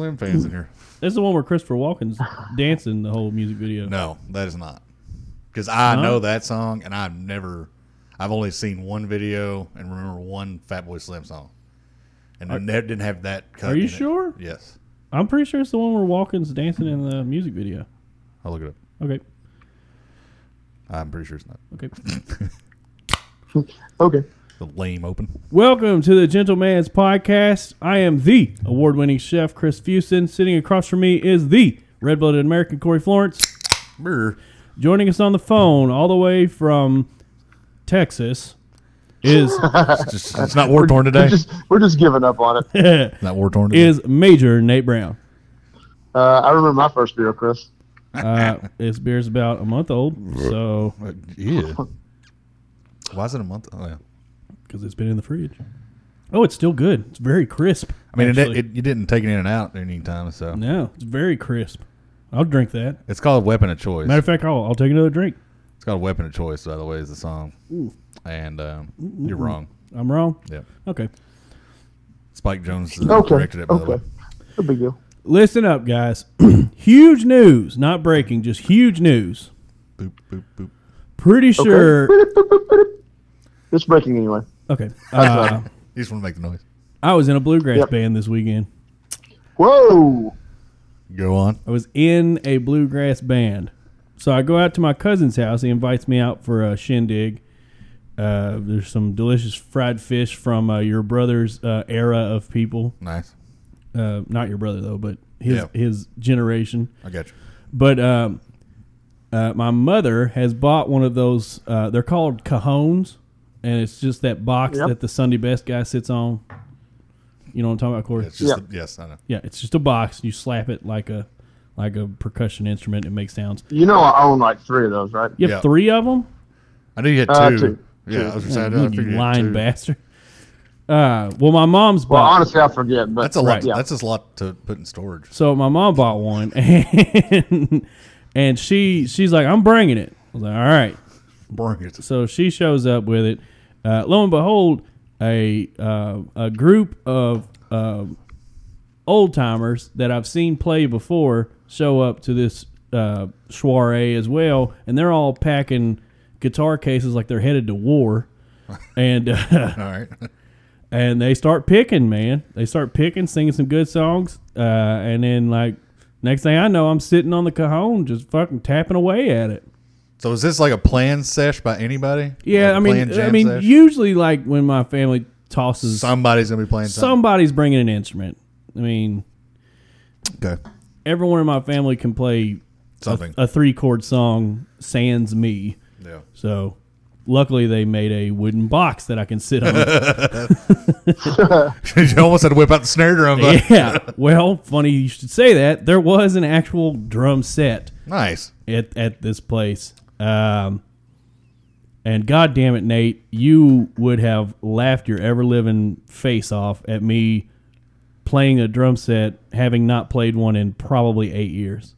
Slim fans in here. That's the one where Christopher Walken's dancing the whole music video. No, that is not. Because I No? know that song, and I've never, I've only seen one video and remember one Fatboy Slim song, and it ne- didn't have that. Cut Are you in it. sure? Yes, I'm pretty sure it's the one where Walken's dancing in the music video. I'll look it up. Okay. I'm pretty sure it's not Okay. Okay. the lame open. Welcome to the Gentleman's Podcast. I am the award winning chef, Chris Fewson. Sitting across from me is the red blooded American, Corey Florence. Brr. Joining us on the phone, all the way from Texas, is It's, just, it's not war torn today. We're just, we're just giving up on it. It's not war torn today. is Major Nate Brown. Uh, I remember my first beer, Chris. Uh, this beer's about a month old, so Uh, yeah. Why is it a month? Oh, yeah. because it's been in the fridge. Oh, it's still good. It's very crisp. I mean, it, it, actually. you didn't take it in and out any time, so no, it's very crisp. I'll drink that. it's called weapon of choice. Matter of fact, I'll, I'll take another drink. It's called Weapon of Choice, by the way, is the song. And um, you're wrong. I'm wrong. Yep. Okay. Spike Jones uh, Okay. directed it, by the way. Okay. No big deal. Listen up, guys. huge news, not breaking, just huge news. Boop, boop, boop. Pretty sure. It's breaking anyway. Okay. Uh, You just want to make the noise. I was in a bluegrass Yep. band this weekend. Whoa. Go on. I was in a bluegrass band. So I go out to my cousin's house. He invites me out for a shindig. Uh, there's some delicious fried fish from uh, your brother's uh, era of people. Nice. Uh, not your brother though, but his Yeah. his generation. I got you. But um, uh, my mother has bought one of those. Uh, they're called cajones, and it's just that box Yep. that the Sunday best guy sits on. You know what I'm talking about, Corey? It's just Yeah. the- yes, I know. yeah, it's just a box. You slap it like a like a percussion instrument. It makes sounds. You know I own like three of those, right? You have Yeah. three of them. I knew you had two. Uh, two. Yeah, I was You excited. I figured you had lying two. bastard. Uh, well, my mom's Well, bought. honestly, I forget. But That's a lot. Yeah. That's a lot to put in storage. So my mom bought one, and and she she's like, I'm bringing it. I was like, all right. Bring it. So she shows up with it. Uh, lo and behold, a uh, a group of uh, old timers that I've seen play before show up to this uh, soiree as well, and they're all packing guitar cases like they're headed to war, and uh, All right. and they start picking. Man, they start picking, singing some good songs, uh, and then like next thing I know, I'm sitting on the cajon just fucking tapping away at it. So is this like a planned sesh by anybody? Like Yeah, a I mean, planned jam I mean, sesh? usually like when my family tosses, somebody's gonna be playing something. somebody's bringing an instrument. I mean, Okay. everyone in my family can play Something. a three chord song, sans me. yeah. So, luckily, they made a wooden box that I can sit on. you almost had to whip out the snare drum, but yeah. Well, funny you should say that. There was an actual drum set nice. at at this place. Um, and God damn it, Nate, you would have laughed your ever living face off at me playing a drum set, having not played one in probably eight years.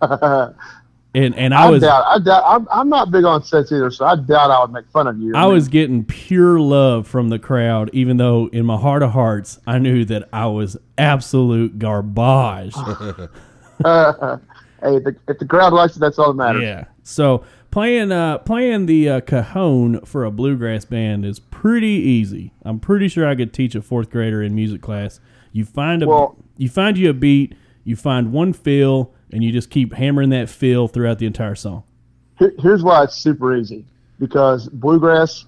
and and I I, was doubt. I doubt. I'm, I'm not big on sets either, so I doubt I would make fun of you. I was getting pure love from the crowd, even though in my heart of hearts I knew that I was absolute garbage. Hey, if the, if the crowd likes it, that's all that matters. Yeah. So playing uh playing the uh, cajon for a bluegrass band is pretty easy. I'm pretty sure I could teach a fourth grader in music class. You find a Well- you find you a beat, you find one fill, and you just keep hammering that fill throughout the entire song. Here- here's why it's super easy because bluegrass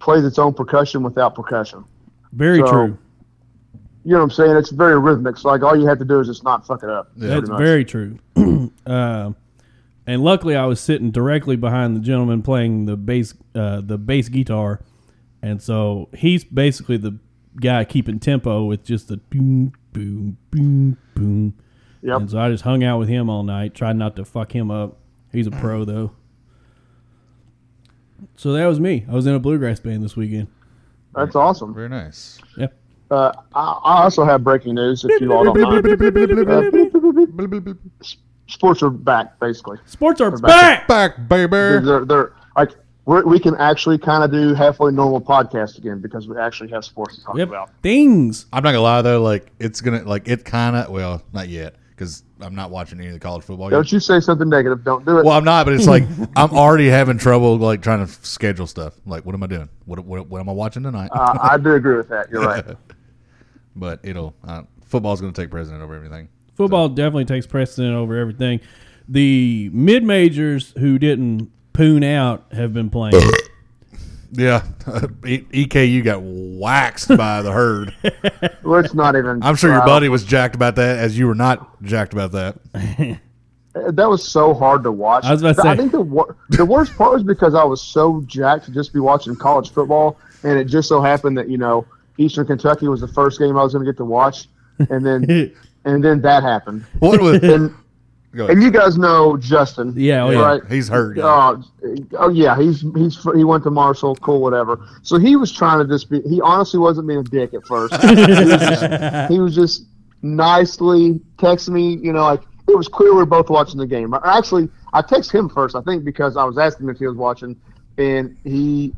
plays its own percussion without percussion. Very So, true. You know what I'm saying? It's very rhythmic. So like all you have to do is just not fuck it up. Yeah. That's pretty much. very true. uh, and luckily, I was sitting directly behind the gentleman playing the bass, uh, the bass guitar, and so he's basically the guy keeping tempo with just the boom, boom, boom, boom. Yep. And so I just hung out with him all night, tried not to fuck him up. He's a pro though. So that was me. I was in a bluegrass band this weekend. That's awesome. Very nice. Yeah. Uh, I, I also have breaking news if you all don't mind. Sports are back, basically. Sports are back. back. Back, baby. They're, they're like we're, we can actually kind of do halfway normal podcast again because we actually have sports to talk We have about. things. I'm not gonna lie though, like it's gonna like it kind of well, not yet because I'm not watching any of the college football. Yet. Don't you say something negative? Don't do it. Well, I'm not, but it's like I'm already having trouble like trying to schedule stuff. Like, what am I doing? What what, what am I watching tonight? uh, I do agree with that. You're right. but it'll uh, football's gonna take precedent over everything. Football definitely takes precedent over everything. The mid majors who didn't poon out have been playing. Yeah, E- EKU got waxed by the herd. Let's not even. I'm sure your uh, buddy was jacked about that, as you were not jacked about that. Uh, That was so hard to watch. I was about to But I say. think the wor- the worst part was because I was so jacked to just be watching college football, and it just so happened that you know Eastern Kentucky was the first game I was going to get to watch, and then and then that happened, What was? and Go ahead. and you guys know Justin, Yeah, oh, yeah. Yeah, right? he's hurt. yeah. Uh, oh yeah, he's he's he went to Marshall, cool, whatever. So he was trying to just be. He honestly wasn't being a dick at first. he, was just, he was just nicely texting me. You know, like it was clear we were both watching the game. Actually, I texted him first, I think, because I was asking him if he was watching, and he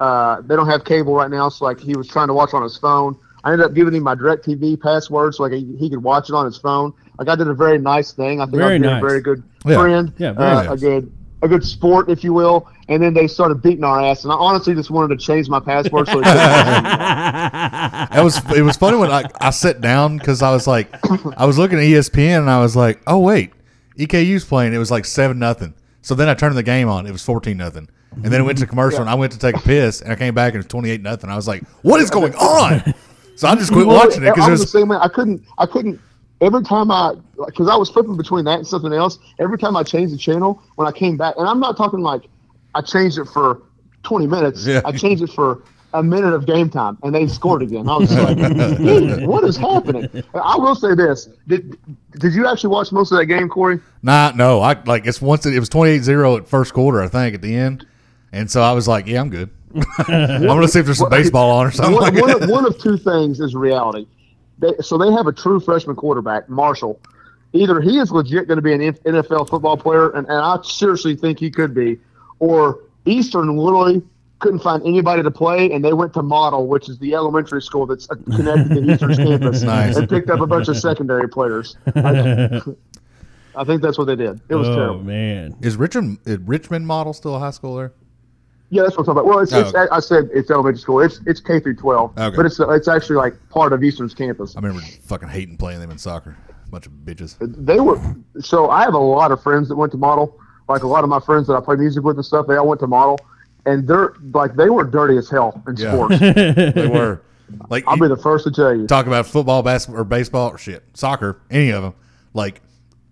uh, they don't have cable right now, so like he was trying to watch on his phone. I ended up giving him my DirecTV password so like he, he could watch it on his phone. Like I did a very nice thing. I think Very I'm being nice. a very good Yeah. friend, Yeah, very uh, a nice. good a good sport, if you will. And then they started beating our ass, and I honestly just wanted to change my password. So he couldn't watch it. That was it was funny when I, I sat down because I was like I was looking at E ESPN and I was like, oh wait, EKU's playing. It was like seven nothing. So then I turned the game on. It was fourteen nothing. And then it went to commercial and I went to take a piss and I came back and it was twenty eight nothing. I was like, what is going on? So I just quit Well, watching it I because it was the was same way. I couldn't. I couldn't. Every time I, because I was flipping between that and something else. Every time I changed the channel, when I came back, and I'm not talking like I changed it for 20 minutes. Yeah. I changed it for a minute of game time, and they scored again. I was just like, "Dude, what is happening? I will say this: did did you actually watch most of that game, Corey? nah no I like it's once it, it was 28-0 at first quarter I think at the end, and so I was like, yeah I'm good. I'm gonna see if there's some baseball on or something. one, like one that. of, one of two things is reality. They, so they have a true freshman quarterback, Marshall. Either he is legit going to be an N- NFL football player, and, and I seriously think he could be, or Eastern literally couldn't find anybody to play, and they went to Model, which is the elementary school that's uh, connected to Eastern's campus, Nice. and picked up a bunch of secondary players. I, I think that's what they did. It was oh terrible. man, Is Richmond is Richmond model still a high school there? Yeah, that's what I'm talking about. Well, it's, it's, Oh. I said it's elementary school. It's it's K through 12, Okay. but it's it's actually like part of Eastern's campus. I remember fucking hating playing them in soccer. Bunch of bitches. they were so i have a lot of friends that went to model like a lot of my friends that i play music with and stuff they all went to model and they're like they were dirty as hell in Yeah. sports They were. Like i'll you be the first to tell you talk about football, basketball, or baseball, or shit, soccer, any of them. Like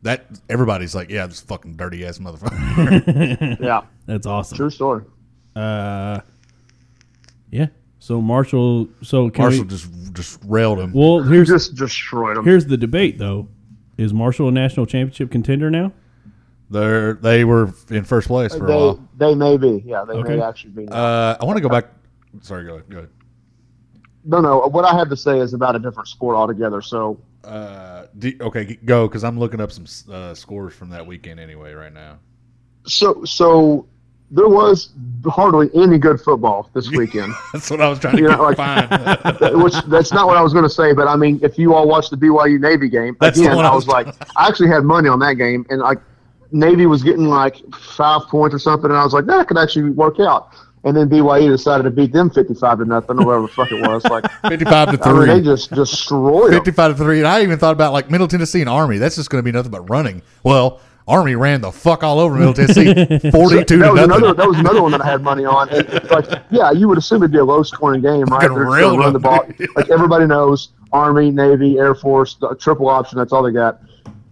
that, everybody's like, yeah, this fucking dirty ass motherfucker. yeah that's awesome. true story Uh, yeah. So Marshall. So can Marshall we, just just railed him. well, here's just destroyed them here's the debate though. Is Marshall a national championship contender now? They they were in first place for a they, while. they may be yeah they Okay. may actually be Uh, I want to go back. Sorry, go ahead. Go ahead. no no what i have to say is about a different sport altogether so Uh, do, okay, g- go because I'm looking up some uh, scores from that weekend anyway. Right now, so so there was hardly any good football this weekend that's what I was trying to You know, get like- find. That- which that's not what I was going to say, but I mean, if you all watched the BYU Navy game, That's the again, one I I was was- like, I actually had money on that game, and like Navy was getting like five points or something, and I was like, that could actually work out. And then BYU decided to beat them fifty-five to nothing, or whatever the fuck it was. Like, Fifty-five to I mean, three. they just destroyed 'em. 55 to 3 and i even thought about like middle tennessee and army that's just going to be nothing but running well army ran the fuck all over middle tennessee 42 to That was nothing another. That was another one that I had money on. And, like, yeah, you would assume it'd be a low scoring game, right? Fucking They're just railed gonna run the them. ball. Like everybody knows, Army, Navy, Air Force, the triple option. That's all they got.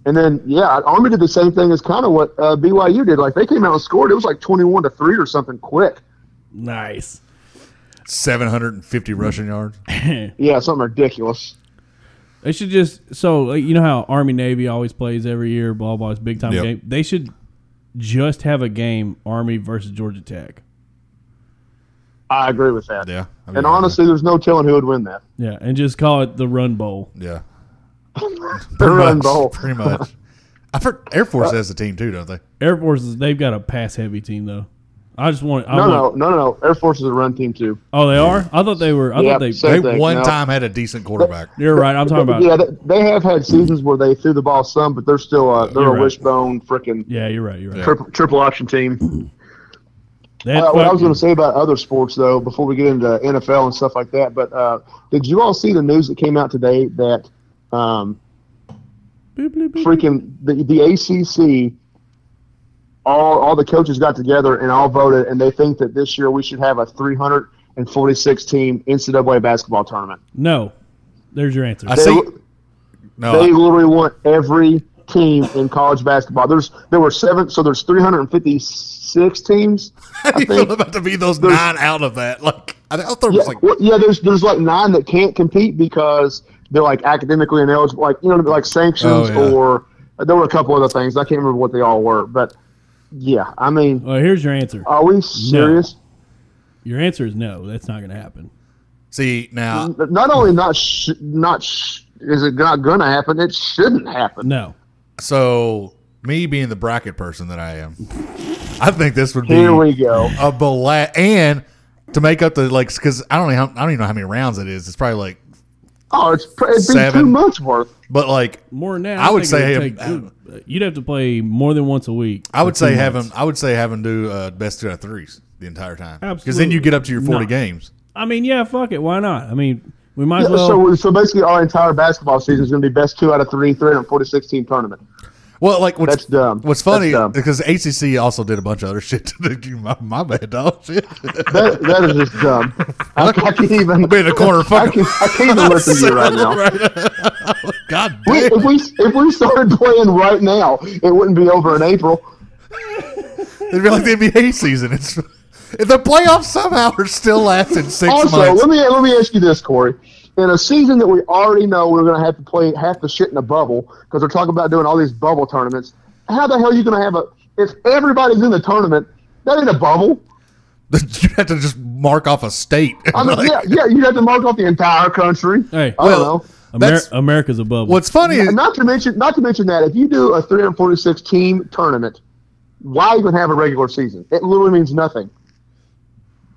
And then yeah, Army did the same thing as kind of what uh, BYU did. Like they came out and scored. It was like twenty one to three or something quick. Nice. 750 rushing yards Yeah, something ridiculous. They should just so like, you know how Army Navy always plays every year, blah blah. It's a big time Yep. game. They should just have a game Army versus Georgia Tech. I agree with that. yeah I mean, And honestly, there's no telling who would win that. Yeah, and just call it the Run Bowl. yeah They're Pretty running much, the whole. pretty much i've heard air force has the team too don't they Air Force is they've got a pass heavy team though. I just want. I No, want no, no, no, no. Air Force is a run team too. Oh, they are. I thought they were. I Yeah, thought they. so- They Same thing, one no. time had a decent quarterback. You're right. I'm talking about. yeah, they, they have had seasons where they threw the ball some, but they're still a they're You're a right. wishbone freaking Yeah, you're right. You're right. triple, triple option team. That Uh, what I fucking- was going to say about other sports though, before we get into NFL and stuff like that, but uh, did you all see the news that came out today that um, Boop, boop, boop. freaking the, the ACC, all all the coaches got together and all voted, and they think that this year we should have a 346 team NCAA basketball tournament. No, there's your answer. I They, see. they No, literally want every team in college basketball. There's there were seven, so there's 356 teams. how do you think feel about to be those there's- nine out of that? Like I, I thought it Yeah, was like well, yeah. There's there's like nine that can't compete because they're like academically ineligible, like you know, like sanctions Oh, yeah. or there were a couple other things. I can't remember what they all were, but yeah, I mean, Well, Uh, here's your answer. are we serious? Your answer is no. That's not going to happen. see now. N- Not only not sh- not sh- is it not gonna happen, it shouldn't happen. No. So me being the bracket person that I am, I think this would be Here we go. a bla- and to make up the like because I don't know how, I don't even know how many rounds it is. It's probably like Oh, it's pr- it'd be two Seven. months worth. but like More than that. I would think it say would take- you'd have to play more than once a week. I would for two say have him. months. I would say have him do uh, best two out of threes the entire time. Because then Absolutely. you get up to your forty No. games. I mean, yeah, fuck it. Why not? I mean, we might as Yeah, well. so, so basically, our entire basketball season is going to be best two out of three, 346 team tournament. Well, like what's That's dumb. What's funny That's dumb. because ACC also did a bunch of other shit. To do, my, my bad, dog. Shit. That, that is just dumb. I, I can't even. Be in the corner, I fucking. can't, I can't even listen to you right now. God We, damn. if we if we started playing right now, it wouldn't be over in April. It'd be like the NBA season. It's if the playoffs somehow are still lasting six Also, months. let me let me ask you this, Corey. In a season that we already know we're going to have to play half the shit in a bubble because they're talking about doing all these bubble tournaments, how the hell are you going to have a? If everybody's in the tournament, that ain't a bubble. you have to just mark off a state. I mean, Like, yeah, yeah, you have to mark off the entire country. Hey. I Well, don't know. Amer- that's- America's a bubble. What's funny is And not to mention, not to mention that if you do a 346 team tournament, why even have a regular season? It literally means nothing.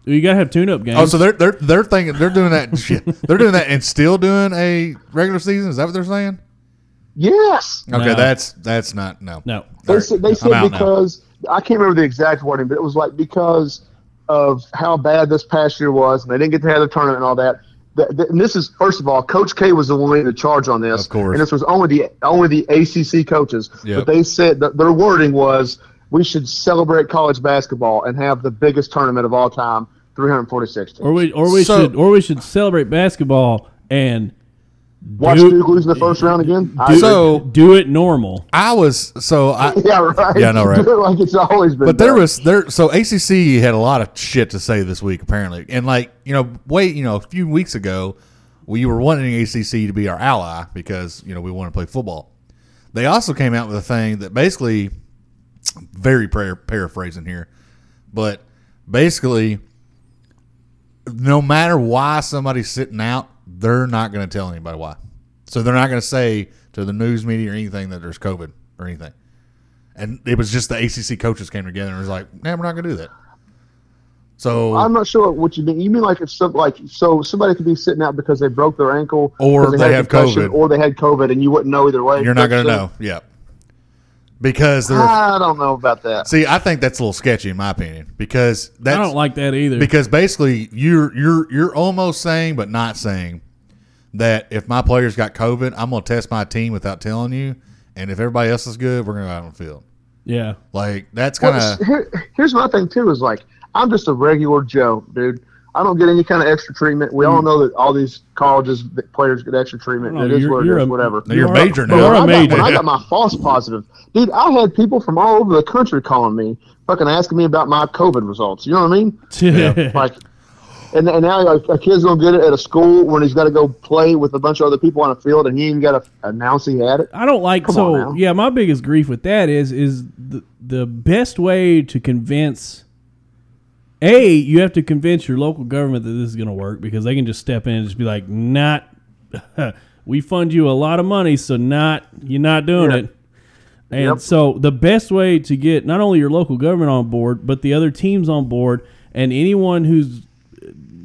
you gotta have tune-up games. oh, so they're they're they're thinking they're doing that shit. They're doing that and still doing a regular season. Is that what they're saying? Yes, Okay, No. that's that's not no. no. they Alright, said, they I'm said out now. because I can't remember the exact wording, but it was like because of how bad this past year was, and they didn't get to have the tournament and all that. That- that- and this is first of all, Coach K was the one leading the charge on this, Of course. and this was only the only the ACC coaches. Yep. But they said that their wording was we should celebrate college basketball and have the biggest tournament of all time, 346. teams." Or we or we So- should or we should celebrate basketball and Watch Duke- Duke, lose in the first round again. I agree. So do it normal. I was so I yeah, right. Yeah, I know, right. Do it like it's always been. But there done. was there so ACC had a lot of shit to say this week apparently, and like you know, wait, you know, a few weeks ago, we were wanting ACC to be our ally because you know we want to play football. They also came out with a thing that basically, very par- paraphrasing here, but basically, no matter why somebody's sitting out, they're not going to tell anybody why. So they're not going to say to the news media or anything that there's COVID or anything. And it was just the ACC coaches came together and was like, "Nah, we're not going to do that." So I'm not sure what you mean. You mean like it's some like so somebody could be sitting out because they broke their ankle, Or 'cause they had a have concussion, COVID. or they had COVID, and you wouldn't know either way. you're not going So- to know, yeah, because they're. I don't know about that. see, I think that's a little sketchy in my opinion because that's I don't like that either. because basically you're you're you're almost saying but not saying that if my players got COVID, I'm going to test my team without telling you, and if everybody else is good, we're going to go out on the field. yeah. Like that's kind Well, of here- here's my thing too: is like I'm just a regular Joe, dude. I don't get any kind of extra treatment. We all know that all these colleges that players get extra treatment. No, it is you're- what it you're is, a- whatever. you're You a are- major you now. But are a when I got- major. When I got my false positive, dude, I had people from all over the country calling me, fucking asking me about my COVID results. You know what I mean? Like, and, and now like, a kid's gonna get it at a school when he's got to go play with a bunch of other people on a field, and he ain't got to announce he had it. I don't like Come so on now. yeah, my biggest grief with that is is the, the best way to convince A, you have to convince your local government that this is gonna work because they can just step in and just be like, not we fund you a lot of money, so not you're not doing Yeah. it. And Yep. so the best way to get not only your local government on board, but the other teams on board, and anyone who's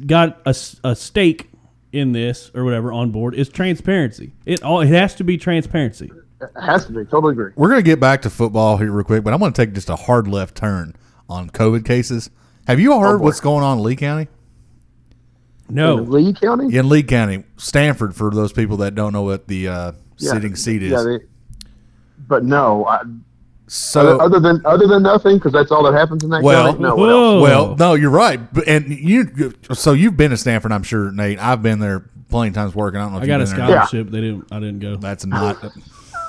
got a, s- a stake in this or whatever on board is transparency. It all it has to be transparency. It has to be. Totally agree. We're going to get back to football here real quick, but I'm going to take just a hard left turn on COVID cases. Have Oh, you all heard what's going on in Lee County? No, Lee County? In Lee County, Stanford, for those people that don't know what the uh, Yeah. sitting seat is. Yeah, they, but no, I, so, other than other than nothing, because that's all that happens in that Well- county. No, what else? Whoa. well, no, you're right. But- And you, you- so you've been to Stanford, I'm sure, Nate. I've been there plenty of times working. I don't know if I you've got a been there or not. scholarship. They didn't. I didn't go. That's not.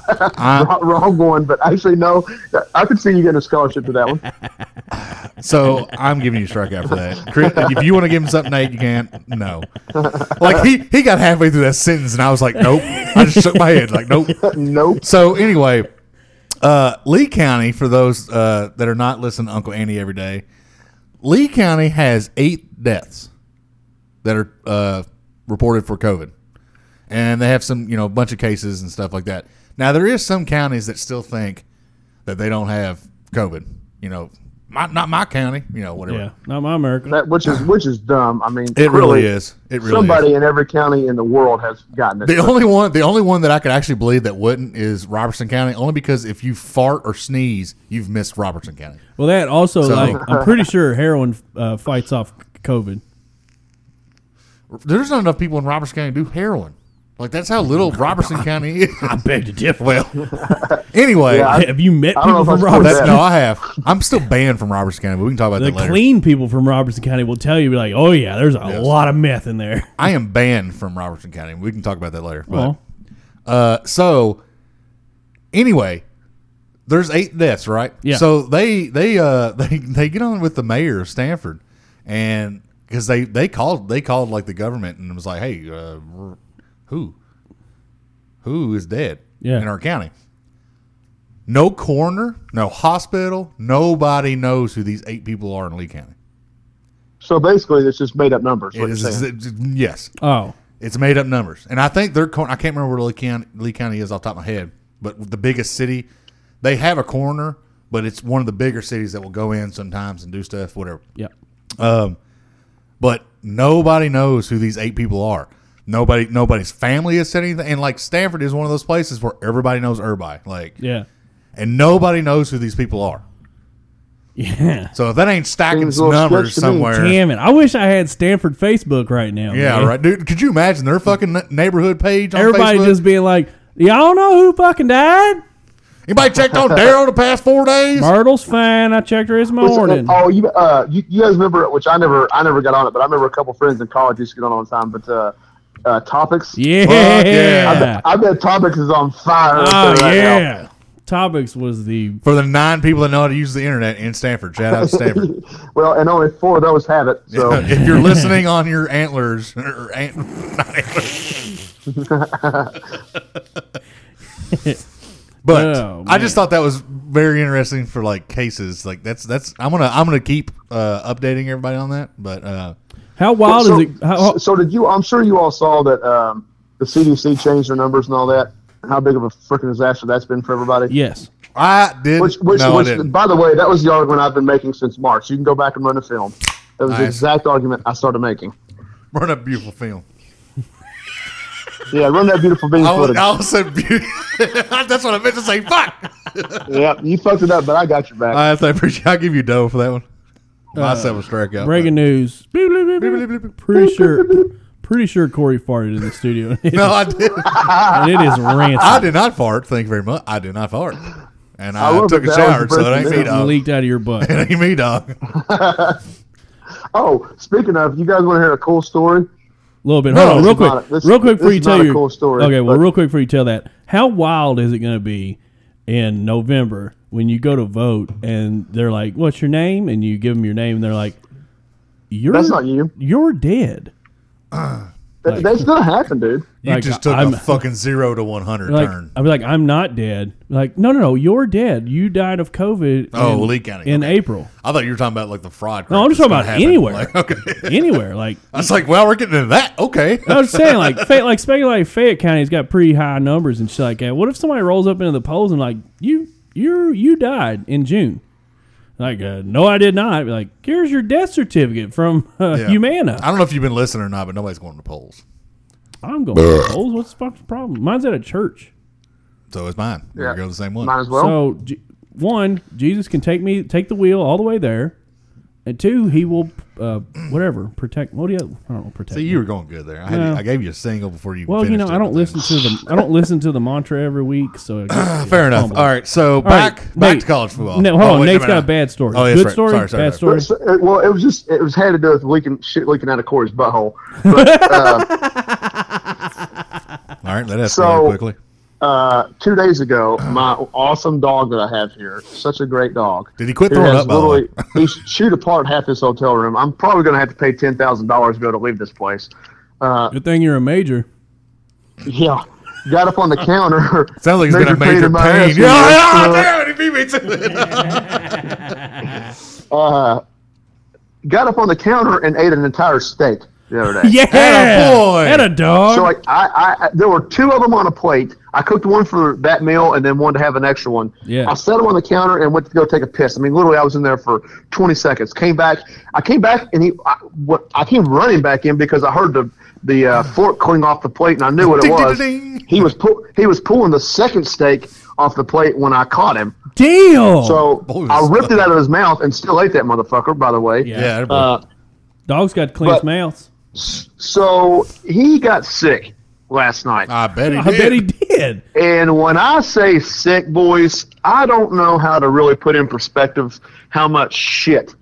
I, Wrong- wrong one, but actually no. I could see you getting a scholarship to that one. So I'm giving you a strikeout for that. Chris, if you want to give him something, Nate, you can't. No. Like he he got halfway through that sentence, and I was like, nope. I just shook my head, like nope. nope. So anyway, uh, Lee County, for those uh, that are not listening to Uncle Andy every day, Lee County has eight deaths that are uh, reported for COVID, and they have some, you know, a bunch of cases and stuff like that. Now there is some counties that still think that they don't have COVID. You know, my, not my county. You know, whatever. Yeah, not my America. That which is which is dumb. I mean, It really is. It really somebody is. in every county in the world has gotten it. The only one, the only one that I could actually believe that wouldn't is Robertson County, only because if you fart or sneeze, you've missed Robertson County. Well, that also So- like I'm pretty sure heroin uh, fights off COVID. There's not enough people in Robertson County to do heroin. Like that's how little Robertson County is. I beg to differ. Well, anyway, Yeah, I- Have you met I don't people know if from I support Robertson? that's no, I have. I'm still banned from Robertson County, but we can talk about The that later. clean people from Robertson County will tell you, be like, "Oh yeah, there's a lot of meth in there." I am banned from Robertson County. We can talk about that later. But Well, Uh, so anyway, there's eight deaths, right? Yeah. So they they uh they they get on with the mayor of Stanford, and because they they called they called like the government and was like, hey, uh, we're- who who is dead Yeah. in our county? No coroner, no hospital, nobody knows who these eight people are in Lee County. So basically, it's just made up numbers. It What is, you're saying. it's- it's- yes, oh, it's made up numbers, and I think their corn. I can't remember where Lee County, Lee County is off the top of my head, but the biggest city, they have a coroner, but it's one of the bigger cities that will go in sometimes and do stuff, whatever. yeah. But nobody knows who these eight people are. Nobody, nobody's family has said anything, and like Stanford is one of those places where everybody knows everybody, like, Yeah. and nobody knows who these people are. Yeah. So if that ain't stacking Seems a some little numbers sketch to me. somewhere, Damn it. I wish I had Stanford Facebook right now. yeah, man. right, dude. Could you imagine their fucking n- neighborhood page? On Everybody Facebook? just being like, Y'all know who fucking died? anybody checked on Daryl the past four days? Myrtle's fine. I checked her this What's- morning. Oh, you, uh, you you guys remember? Which I never I never got on it, but I remember a couple friends in college used to get on all the time. But uh, uh, topics. Fuck Yeah. yeah. I bet topics is on fire. Oh right now. yeah. Topics was the for the nine people that know how to use the internet in Stanford. Shout out to Stanford. Well, and only four of those have it. So if you're listening on your antlers, or ant, not antlers. but Oh, I just thought that was very interesting for like cases. Like that's that's I'm gonna I'm gonna keep uh, updating everybody on that. But uh, how wild so, is it? How, so did you? I'm sure you all saw that um, the CDC changed their numbers and all that. How big of a freaking disaster that's been for everybody. yes. I did Which, which, no, I which didn't. by the way, that was the argument I've been making since March. You can go back and run the film. That was the Nice. exact argument I started making. Run a beautiful film. Yeah, run that beautiful bean I was, footage. I was so beautiful. that's what I meant to say. Fuck. Yeah, you fucked it up, but I got your back. I have to appreciate. I'll give you dough for that one. I said a strikeout. Breaking news. Beep, beep, beep, but- beep. Pretty sure pretty sure Corey farted in the studio. No, I did. and it is rancid. I did not fart. Thank you very much. I did not fart, and I I, love took a that that was shower, so it ain't me, breaking dog. leaked out of your butt. It ain't me, dog. oh, speaking of, you guys want to hear a cool story? A little bit. No, Hold on, this real is quick, not a- this- real quick this before you is not tell a your cool story, Okay, well, but- real quick before you tell that, how wild is it going to be in November when you go to vote and they're like, "What's your name?" and you give them your name and they're like, "You're That's not you. You're dead." That, That's gonna happen, dude. You Like, just took I'm- a fucking zero to one hundred Like turn. I'd be like, "I'm not dead." Like, no, no, no, you're dead. You died of COVID. Oh, in, Lee County. in Okay. April. I thought you were talking about like the fraud. No, I'm just crap talking about that's gonna happen. anywhere. Like, okay, Anywhere, like I was like, well, we're getting into that. Okay, I was saying, like, Fay- like speculate Fayette County's got pretty high numbers and shit like that. What if somebody rolls up into the polls and like you you you died in June." Like, uh, no, I did not. Be Like, here's your death certificate from uh, Yeah. Humana. I don't know if you've been listening or not, but nobody's going to polls. I'm going to polls. What's the fucking problem? Mine's at a church. So it's mine. We're Yeah. going to the same one. Might as well. so, J- one, Jesus can take me, take the wheel all the way there, and two, he will, uh, whatever, protect. What do you? I don't know, protect. See, you were going good there. I, had No. you, I gave you a single before you. well, you finished know, I it, don't but listen to the, I don't listen to the mantra every week, so it gets- Uh, Fair enough. fumbled. All right, so right, back back Nate. to college football. No, hold Oh, on. wait Nate's got minute. a bad story. Oh, that's Good right. story. Sorry, sorry, bad sorry. story. So, uh, well, it was just it was had to do with leaking shit leaking out of Corey's butthole. But, All right, let us So- go quickly. uh, two days ago, my awesome dog that I have here, such a great dog. Did he quit who throwing has up, by the way? literally- he chewed apart half his hotel room. I'm probably going to have to pay ten thousand dollars to be able to leave this place. Uh, Good thing you're a major. yeah, got up on the counter. Sounds like he's Major got a pain major in my pain. ass, Yeah, you know, uh, yeah, damn it, he beat me to it. got up on the counter and ate an entire steak the other day. Yeah, Attaboy. and a dog. So like I, I, I, there were two of them on a plate. I cooked one for that meal and then one to have an extra one. Yeah. I set them on the counter and went to go take a piss. I mean, literally, I was in there for 20 seconds. Came back. I came back and he, I, what, I came running back in because I heard the the uh, fork cling off the plate and I knew what it Ding, ding, was. ding, ding. He was pull, he was pulling the second steak off the plate when I caught him. Deal. Oh, So boy, I was- ripped it out of his mouth and still ate that motherfucker. By the way. Yeah. Yeah, everybody- Uh, Dogs got clean but- mouths. so he got sick last night. I bet he I did. bet he did. And when I say sick, boys, I don't know how to really put in perspective how much shit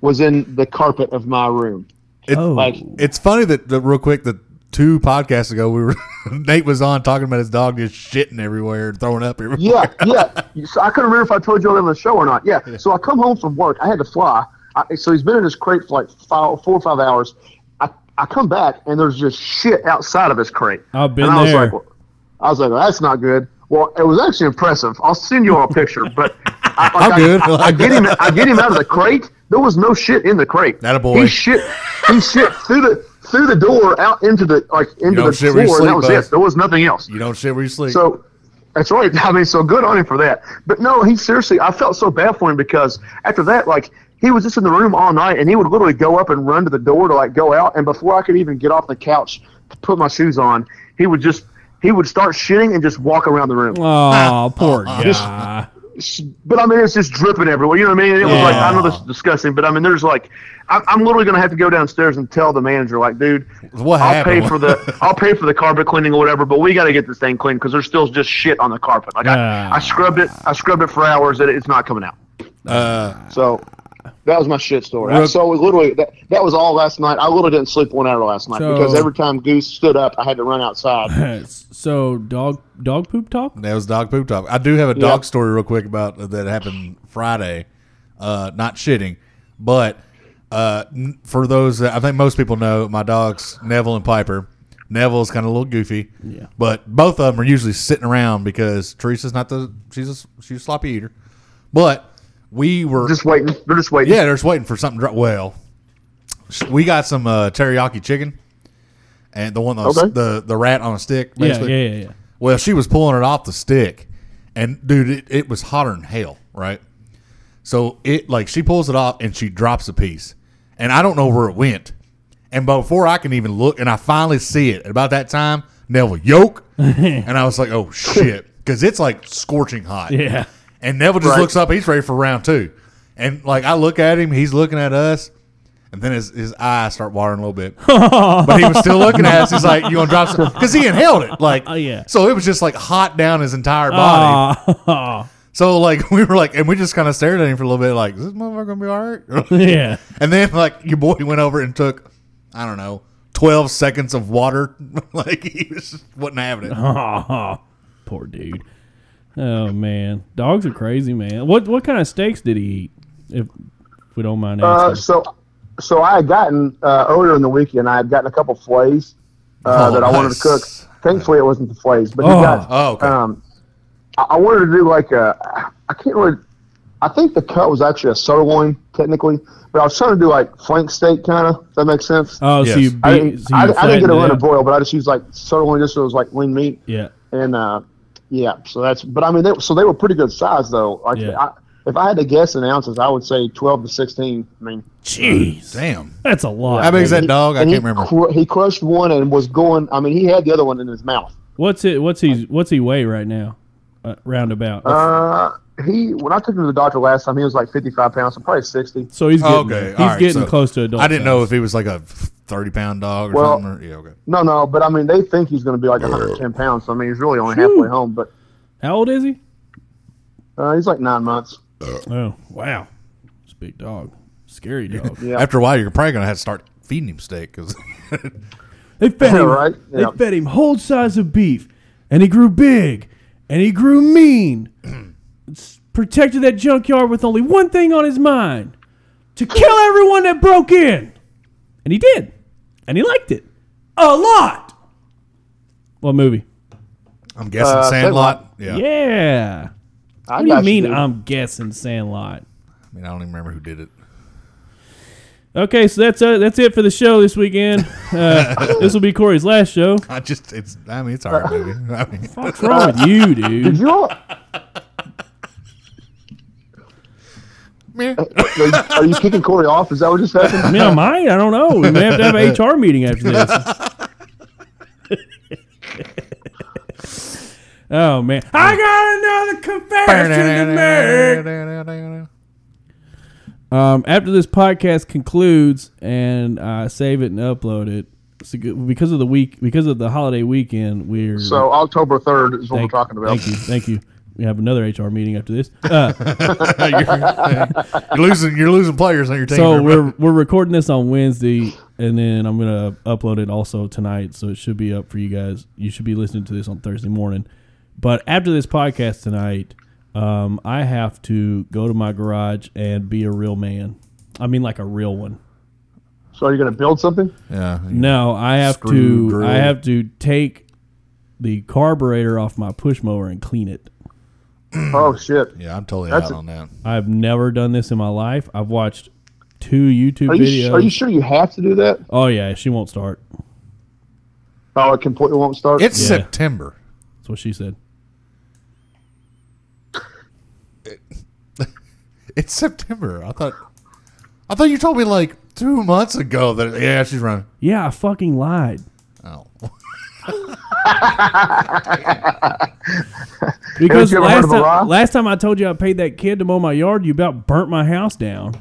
was in the carpet of my room. It- Oh, Like- It's funny that, that real quick that two podcasts ago we were Nate was on talking about his dog just shitting everywhere and throwing up everywhere. Yeah, yeah. So I couldn't remember if I told you all on the show or not. Yeah. So I come home from work. I had to fly. I, so he's been in his crate for like five, four or five hours. I, I come back and there's just shit outside of his crate. I've been and I was there. like, well, I was like, well, that's not good. Well, it was actually impressive. I'll send you all a picture, but I, like, I'm I- good. I, I get him. I get him out of the crate. There was no shit in the crate. Attaboy. He shit. He shit through the through the door out into the like into don't the shit floor, where you and sleep, that was bud. it. There was nothing else. You don't shit where you sleep. So that's right. I mean, so good on him for that. But no, he seriously, I felt so bad for him because after that, like, he was just in the room all night and he would literally go up and run to the door to, like, go out. And before I could even get off the couch to put my shoes on, he would just, he would start shitting and just walk around the room. "Ah, oh, poor guy. But I mean, it's just dripping everywhere. You know what I mean? It was like, I know this is disgusting, but I mean, there's like, I'm, I'm literally going to have to go downstairs and tell the manager, like, dude, What I'll happened? pay for the I'll pay for the carpet cleaning or whatever, but we got to get this thing clean because there's still just shit on the carpet. Like Ah. I, I scrubbed it, I scrubbed it for hours, and it's not coming out. uh, So that was my shit story. Real- so it was literally that, that was all last night. I literally didn't sleep one hour last night So- because every time Goose stood up, I had to run outside. so dog dog poop talk. that was dog poop talk. I do have a dog Yeah. story real quick about that happened Friday. Uh, not shitting, but uh, n- for those that I think most people know, my dogs Neville and Piper. Neville's kind of a little goofy, Yeah. But both of them are usually sitting around because Teresa's not the she's a, she's a sloppy eater, but we were Just waiting. They're just waiting. Yeah, they're just waiting for something. to Dro- well, sh- we got some uh, teriyaki chicken, and the one that was- Okay. the the rat on a stick. Yeah, yeah, Basically. yeah, yeah. Well, she was pulling it off the stick, and dude, it, it was hotter than hell, right? So it like she pulls it off and she drops a piece, and I don't know where it went. And before I can even look, and I finally see it. About that time, Neville yoke, and I was like, "Oh shit," because it's like scorching hot. Yeah. And Neville just Right. looks up. He's ready for round two, and like I look at him, he's looking at us, and then his, his eyes start watering a little bit. but he was still looking at us. He's like, "You gonna drop some?" Because he inhaled it. Like, Oh, yeah. So it was just like hot down his entire body. Aw. So like we were like, and we just kind of stared at him for a little bit. Like, is this motherfucker gonna be all right? yeah. and then like your boy went over and took, I don't know, twelve seconds of water. like he was just wasn't having it. Uh-huh. Aw. poor dude. Oh man, dogs are crazy, man. What what kind of steaks did he eat? If, if we don't mind Uh, asking. so, so I had gotten uh, earlier in the weekend. I had gotten a couple fillets uh, Oh, that I wanted to cook. nice. Thankfully, it wasn't the fillets, but he Oh. got. Oh, okay. Um, I, I wanted to do like a. I can't really. I think the cut was actually a sirloin technically, but I was trying to do like flank steak kind of. If that makes sense. oh, yes. so you, I beat, didn't, so you I, I didn't get flattened a it red out. Oh, boil, but I just used like sirloin just so it was like lean meat Yeah. and uh, Yeah, so that's. But I mean, they, so they were pretty good size though. Like, Yeah. I, if I had to guess in ounces, I would say twelve to sixteen. I mean, Jeez, Damn. that's a lot. How big is man. that dog? I and can't he remember. cru- he crushed one and was going. I mean, he had the other one in his mouth. What's it? What's he? What's he weigh right now? Uh, roundabout. Uh, he when I took him to the doctor last time, he was like fifty-five pounds, so probably sixty. so he's getting, Oh, okay, there. all he's right, getting so close to adult. I didn't know size. if he was like a thirty pound dog or Well- something. Or, yeah, okay. No, no, but I mean, they think he's going to be like one hundred ten pounds. So I mean, he's really only halfway home, but How old is he? uh, he's like nine months. Oh wow, it's a big dog, scary dog. Yeah. After a while, you're probably gonna have to start feeding him steak because They fed Yeah, him. right? Yeah. They fed him whole size of beef, and he grew big, and he grew mean. S- Protected that junkyard with only one thing on his mind: to kill everyone that broke in, and he did, and he liked it a lot. What movie? I'm guessing Uh, Sandlot. Yeah. Yeah. I What do you got mean? um, dude. I'm guessing Sandlot. I mean, I don't even remember who did it. Okay, so that's uh, that's it for the show this weekend. Uh, this will be Corey's last show. I just it's. I mean, it's all right, Uh, movie. I mean, What's wrong with you, dude? Did you all? meh. Are you, are you kicking Corey off? Is that what just I happened? mean, I might. I don't know. We may have to have an HR meeting after this. oh man, I got another confession to make. Um, after this podcast concludes and I save it and upload it, it's a good- because of the week, because of the holiday weekend, we're So October third is what thank, we're talking about. Thank you, thank you. We have another HR meeting after this. Uh, you're, you're losing. You're losing players on your team. so remember? we're we're recording this on Wednesday, and then I'm gonna upload it also tonight, so it should be up for you guys. You should be listening to this on Thursday morning. But after this podcast tonight, um, I have to go to my garage and be a real man. I mean, like a real one. So are you going to build something? yeah. No, I have Screw to. drill. I have to take the carburetor off my push mower and clean it. Hmm. Oh shit! Yeah, I'm totally That's out a- on that. I've never done this in my life. I've watched two YouTube Are you videos. sh- are you sure you have to do that? oh yeah, she won't start. Oh, it completely won't start. It's Yeah. September. That's what she said. It's September. I thought. I thought you told me like two months ago that yeah she's running. Yeah, I fucking lied. Oh, Because you ever heard last of a lie? time, last time I told you I paid that kid to mow my yard, you about burnt my house down.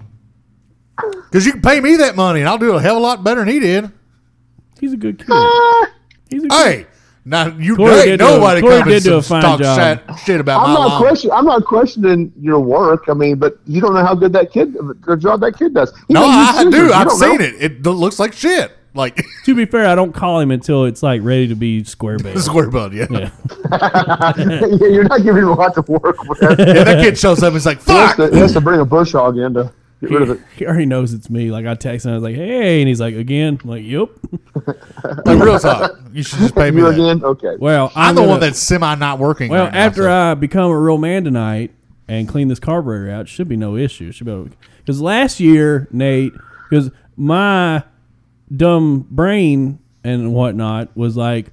because you can pay me that money and I'll do a hell of a lot better than he did. He's a good kid. He's a good Hey, now you Corey hey, did do a- nobody Corey coming did do to a fine talk job. shat- shit about my I'm not lawn. question. I'm not questioning your work. I mean, but you don't know how good that kid, the job that kid does. He No, may use I, I scissors. do. You I've don't seen know. it. It do- looks like shit. Like To be fair, I don't call him until it's like ready to be square bait. square bud. Yeah. Yeah. yeah, you're not giving him a lot to work with. he, yeah, that kid shows up. He's like, has "Fuck." to, he has to bring a bush hog in to get He, rid of it. he already knows it's me. Like I text him, I was like, "Hey," and he's like, "Again." I'm like, "Yep." Like real talk. You should just pay me. You That. again? Okay. Well, I'm, I'm, the gonna- one that's semi not working. Well, right now, after so- I become a real man tonight and clean this carburetor out, it should be no issue. It should be because last year, Nate, because my dumb brain and whatnot was like,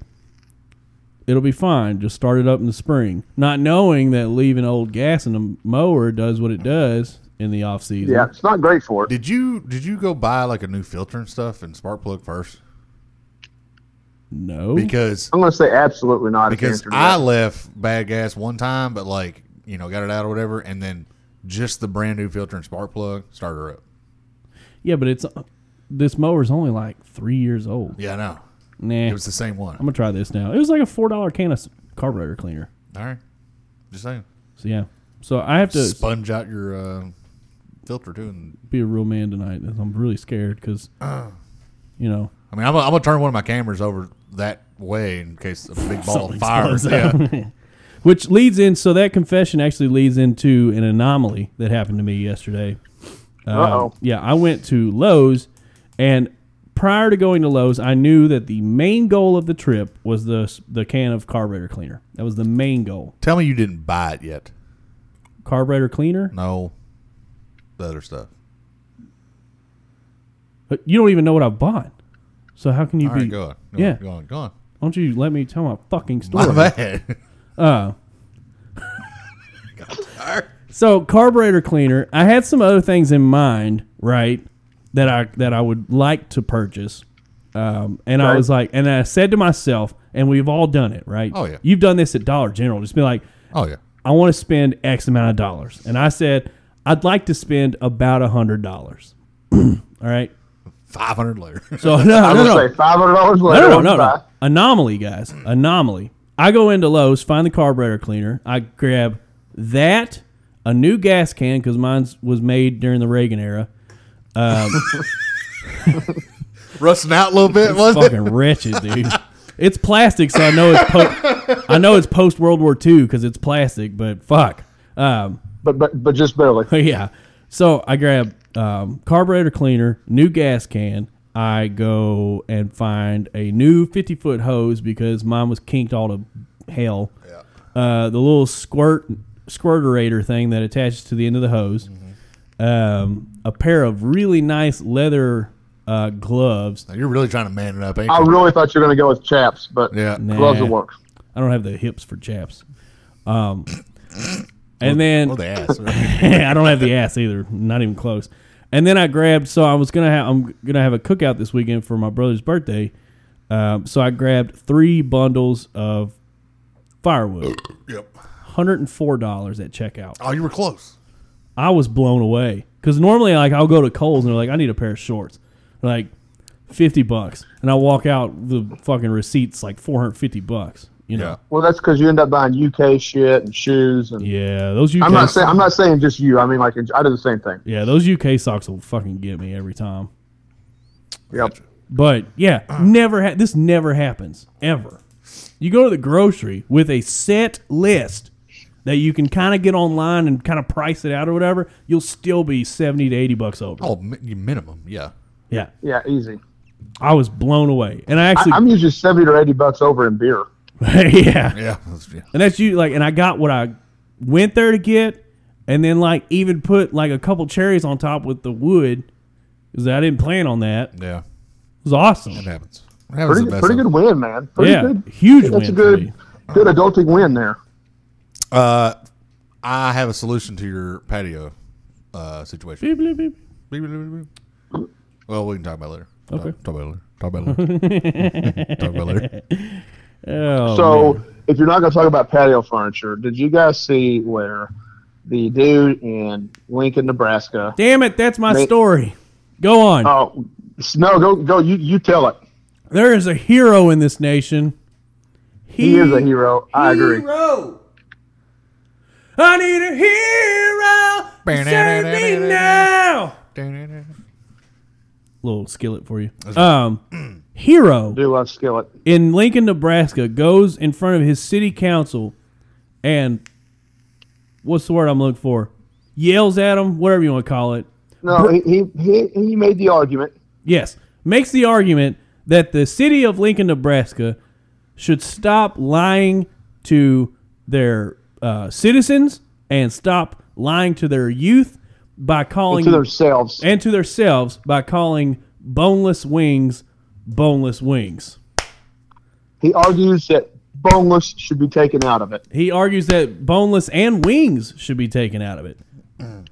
it'll be fine. Just start it up in the spring, not knowing that leaving old gas in the mower does what it does in the off season. yeah, it's not great for it. Did you did you go buy like a new filter and stuff and spark plug first? No. Because I'm going to say absolutely not. if the because answer to I that. left bad gas one time, but like you know got it out or whatever, and then just the brand new filter and spark plug started her up. yeah, but it's uh, this mower's only like three years old. Yeah, I know. Nah. It was the same one. I'm gonna try this now. It was like a four dollar can of s- carburetor cleaner. All right, just saying. So yeah. So I have to Sponge out your uh, filter too, and be a real man tonight. and I'm really scared because, you know, I mean I'm gonna, I'm gonna turn one of my cameras over that way in case a big ball of something fire. explodes Yeah. out. Which leads in, so that confession actually leads into an anomaly that happened to me yesterday. Um, Uh-oh. yeah, I went to Lowe's, and prior to going to Lowe's, I knew that the main goal of the trip was the s- the can of carburetor cleaner. That was the main goal. Tell me you didn't buy it yet. Carburetor cleaner? No, the other stuff. But you don't even know what I bought. So how can you All be? right, go on. Go yeah. on, go on, go on. Don't you let me tell my fucking My story? bad. Uh, So carburetor cleaner. I had some other things in mind, right? That I that I would like to purchase, um, and I Right. was like, and I said to myself, and we've all done it, right? Oh, yeah. You've done this at Dollar General. Just be like, Oh yeah. I want to spend X amount of dollars, and I said I'd like to spend about a hundred dollars. all right. Five hundred later. So no, I'm no, gonna no. say five hundred dollars later. No, I'm no, no, fine. no. Anomaly, guys. Anomaly. I go into Lowe's, find the carburetor cleaner. I grab that, a new gas can because mine was made during the Reagan era. Rusting out a little bit, wasn't it? Fucking wretched, dude. It's plastic, so I know it's po- I know it's post World War II because it's plastic. But fuck, um, But but but just barely. yeah. So I grab um, carburetor cleaner, new gas can. I go and find a new fifty foot hose because mine was kinked all to hell. Yeah. uh, the little squirt squirterator thing that attaches to the end of the hose, um, a pair of really nice leather uh, gloves. Now, You're really trying to man it up, ain't I you? really thought you were gonna go with chaps, but Yeah. gloves Nah. will work. I don't have the hips for chaps. Um, and then Or the ass. right? I don't have the ass either, not even close. And then I grabbed. So I was gonna have I'm gonna have a cookout this weekend for my brother's birthday. Um, so I grabbed three bundles of firewood, yep. hundred and four dollars at checkout. Oh, you were close. I was blown away because normally like I'll go to Kohl's and they're like I need a pair of shorts, They're like fifty bucks, and I walk out the fucking receipts like four hundred fifty bucks. You know, Well, that's because you end up buying UK shit and shoes, and yeah, those UK, I'm not saying I'm not saying just you. I mean, like I do the same thing. yeah, those UK socks will fucking get me every time. Yep. But yeah, never ha- this never happens ever. You go to the grocery with a set list that you can kind of get online and kind of price it out or whatever. You'll still be seventy to eighty bucks over. Oh, mi- minimum. Yeah. Yeah, Yeah, easy. I was blown away, and I I, actually I'm usually seventy or eighty bucks over in beer. yeah. Yeah. that's- yeah. And that's you like and I got what I went there to get and then like even put like a couple cherries on top with the wood cuz I didn't plan on that. It Yeah. was awesome. It happens. It happens Pretty to the good, best pretty of good us. win, man. Pretty yeah. good. Huge win. That's a for good me. good adulting win there. Uh, I have a solution to your patio uh, situation. Beep, beep, beep. Beep, beep, beep, beep. Well, we can talk about it later. Okay. Talk, talk about it later. Talk about it later. talk about it later. Oh, So, man. if you're not going to talk about patio furniture, did you guys see where the dude in Lincoln, Nebraska? damn it, that's my Ma- story. Go on. Oh, s- no, go go. You you tell it. there is a hero in this nation. He, is a hero. I agree. Hero. I need a hero. to Save me now. Little skillet for you. Um, hero. Do love skillet. in Lincoln, Nebraska, goes in front of his city council and what's the word I'm looking for? Yells at him, whatever you want to call it. No, he he, he he made the argument. Yes, makes the argument that the city of Lincoln, Nebraska should stop lying to their uh, citizens and stop lying to their youth by calling to themselves. and to themselves by calling boneless wings boneless wings. He argues that boneless should be taken out of it. He argues that boneless and wings should be taken out of it.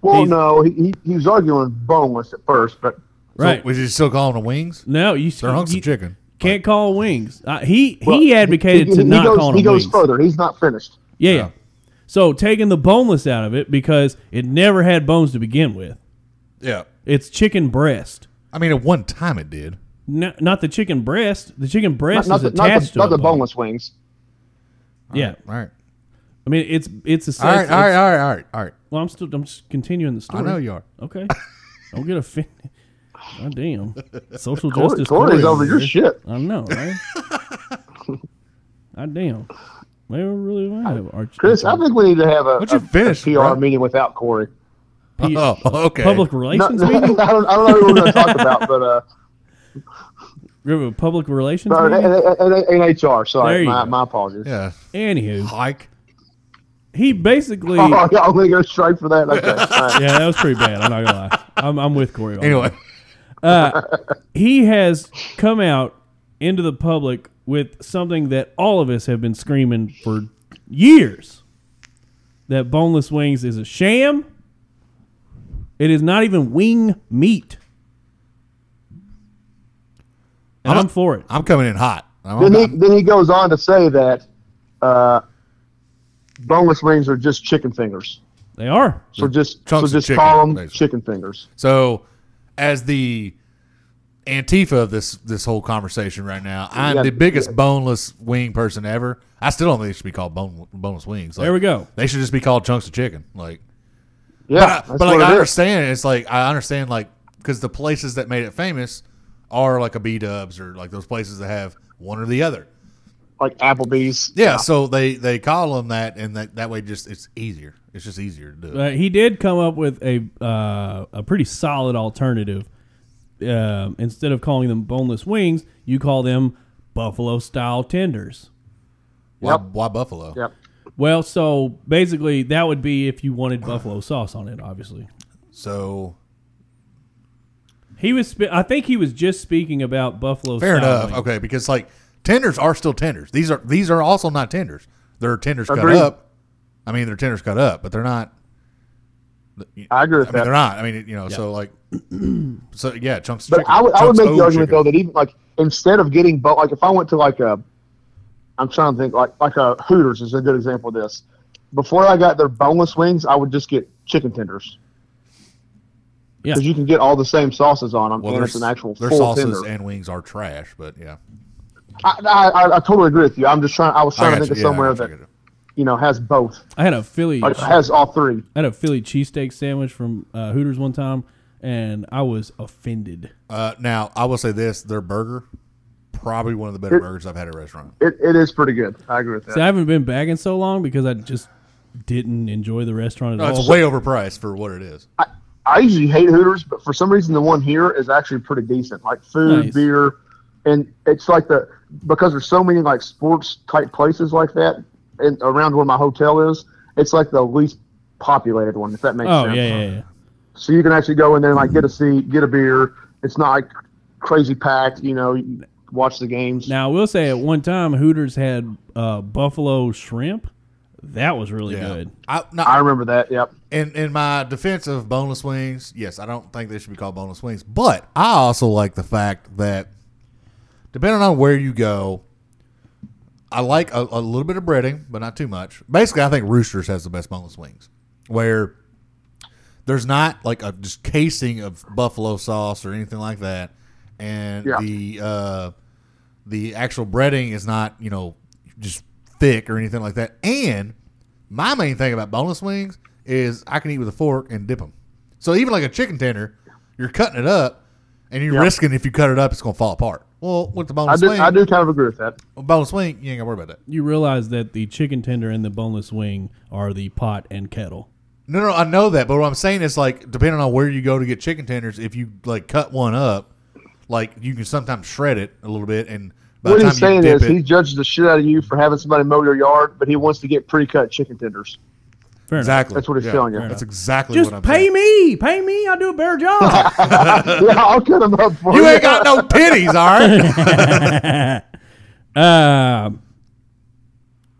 Well, He's- no, he, he, he was arguing boneless at first, but Right. Was you still calling the wings? no, you, They're hunks you of chicken. can't call wings. Uh, he well, he advocated he- to he not goes, call them He goes wings. further. He's not finished. Yeah, yeah. So taking the boneless out of it because it never had bones to begin with. Yeah. It's chicken breast. I mean, at one time it did. No, not the chicken breast. The chicken breast Not is the, not attached the, not to a the bone. boneless wings. Yeah, All right. I mean it's it's a. All right. it's- All right. All right. All right. All right. Well, I'm still I'm just continuing the story. I know you are. Okay, don't get offended. God damn, social Corey, justice. Corey's warrior over your here. shit. I know, right? I damn. They were really wild. Arch- Chris, I think we need to have a, Why don't you a- finish, a PR bro? meeting without Corey. P- Oh, okay. public No, relations no, I, meeting. don't, I don't know who we're going to talk about, but uh, We have a public relations or, meeting. and- and- and HR. There Sorry, you my, go. my apologies. Yeah. Anywho, Hike. he basically. Oh, yeah, yeah, I'm going to go strike for that. Okay. all right. that was pretty bad. I'm not gonna lie. I'm, I'm with Corey. on that. Anyway. he has come out into the public with something that all of us have been screaming for years. that boneless wings is a sham. It is not even wing meat. And I'm I'm, a- for it. I'm coming in hot. I'm, Then he I'm- then he goes on to say that uh, boneless wings are just chicken fingers. They are. So just Mm. so chunks of just chicken, call them basically. chicken fingers. so, as the Antifa of this this whole conversation right now, I'm Yeah, the biggest yeah. boneless wing person ever. I still don't think it should be called bone, boneless wings. Like, There we go. They should just be called chunks of chicken. Like, Yeah, but, I- that's but, like what I it is. understand, it's like I understand, like because the places that made it famous are like a B Dubs or like those places that have one or the other. Like Applebee's. Yeah, so they they call them that, and that that way just it's easier. It's just easier to do. it. Uh, he did come up with a uh, a pretty solid alternative. Um, instead of calling them boneless wings, you call them buffalo style tenders. Why, Yep. why buffalo? Yep. Well, so basically, that would be if you wanted buffalo sauce on it. Obviously, So he was. Spe- I think he was just speaking about buffalo. fair style enough. wings. Okay, because like tenders are still tenders. These are these are also not tenders. They're tenders Agreed. cut up. I mean, they're tenders cut up, but they're not. I agree with I mean, that. they're not. I mean, you know, so like, so yeah, chunks. of But chicken, I would, I would chunks make of the argument chicken. though that even like instead of getting but like if I went to like a, I'm trying to think like like a Hooters is a good example of this. Before I got their boneless wings, I would just get chicken tenders. Yeah. Because you can get all the same sauces on them, Well, and their, it's an actual their full sauces tender. and wings are trash, but yeah. I, I, I- I totally agree with you. I'm just trying. I was I trying to got think of you. Yeah, I somewhere got that you. you know has both, I had a Philly. like has all three. I had a Philly cheesesteak sandwich from uh, Hooters one time, and I was offended. Uh, now, I will say this: their burger, probably one of the better burgers I've had at a restaurant. It, it is pretty good. I agree with that. See, I haven't been back in so long because I just didn't enjoy the restaurant at No, all. it's way overpriced for what it is. I, I usually hate Hooters, but for some reason the one here is actually pretty decent. Like food, Nice. beer, and it's like the because there's so many like sports type places like that and around where my hotel is, it's like the least populated one, if that makes oh yeah, sense. yeah, yeah. So you can actually go in there and like get a seat, get a beer. It's not like crazy packed, you know, you can watch the games. Now I will say, at one time, Hooters had uh, buffalo shrimp. That was really Yeah. good. I, no, I remember that, yep. in in my defense of boneless wings, yes, I don't think they should be called boneless wings, but I also like the fact that depending on where you go, I like a, a little bit of breading, but not too much. Basically, I think Roosters has the best boneless wings, where there's not like a just casing of buffalo sauce or anything like that, and Yeah. the uh, the actual breading is not you know just thick or anything like that. And my main thing about boneless wings is I can eat with a fork and dip them. So even like a chicken tender, you're cutting it up, and you're Yeah. risking if you cut it up, it's gonna fall apart. Well, with the I boneless do, wing, I do kind of agree with that. boneless wing, you ain't gotta worry about that. You realize that the chicken tender and the boneless wing are the pot and kettle. No, no, I know that, but what I'm saying is like depending on where you go to get chicken tenders, if you like cut one up, like you can sometimes shred it a little bit, and by What the time he's saying you dip is it, he judges the shit out of you for having somebody mow your yard, but he wants to get pre-cut chicken tenders. Fair enough. exactly That's what he's yeah, telling you. That's exactly Just what I'm pay saying. me, pay me. I'll do a better job. yeah, I'll cut them up for you. You ain't got no titties, all right? Um,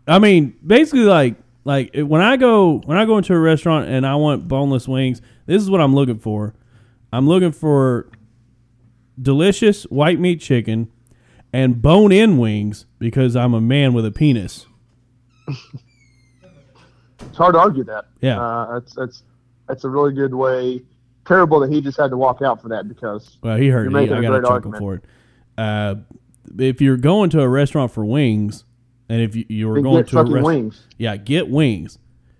I mean, basically, like, like it- when I go when I go into a restaurant and I want boneless wings, this is what I'm looking for. I'm looking for delicious white meat chicken and bone-in wings because I'm a man with a penis. It's hard to argue that. Yeah. uh, that's that's that's a really good way. Terrible that he just had to walk out for that because Well, he heard You're it. making I a got a great chuckle argument. for it. Uh, if you're going to a restaurant for wings, and if you, you were they going get to a fucking restaurant, wings. yeah get wings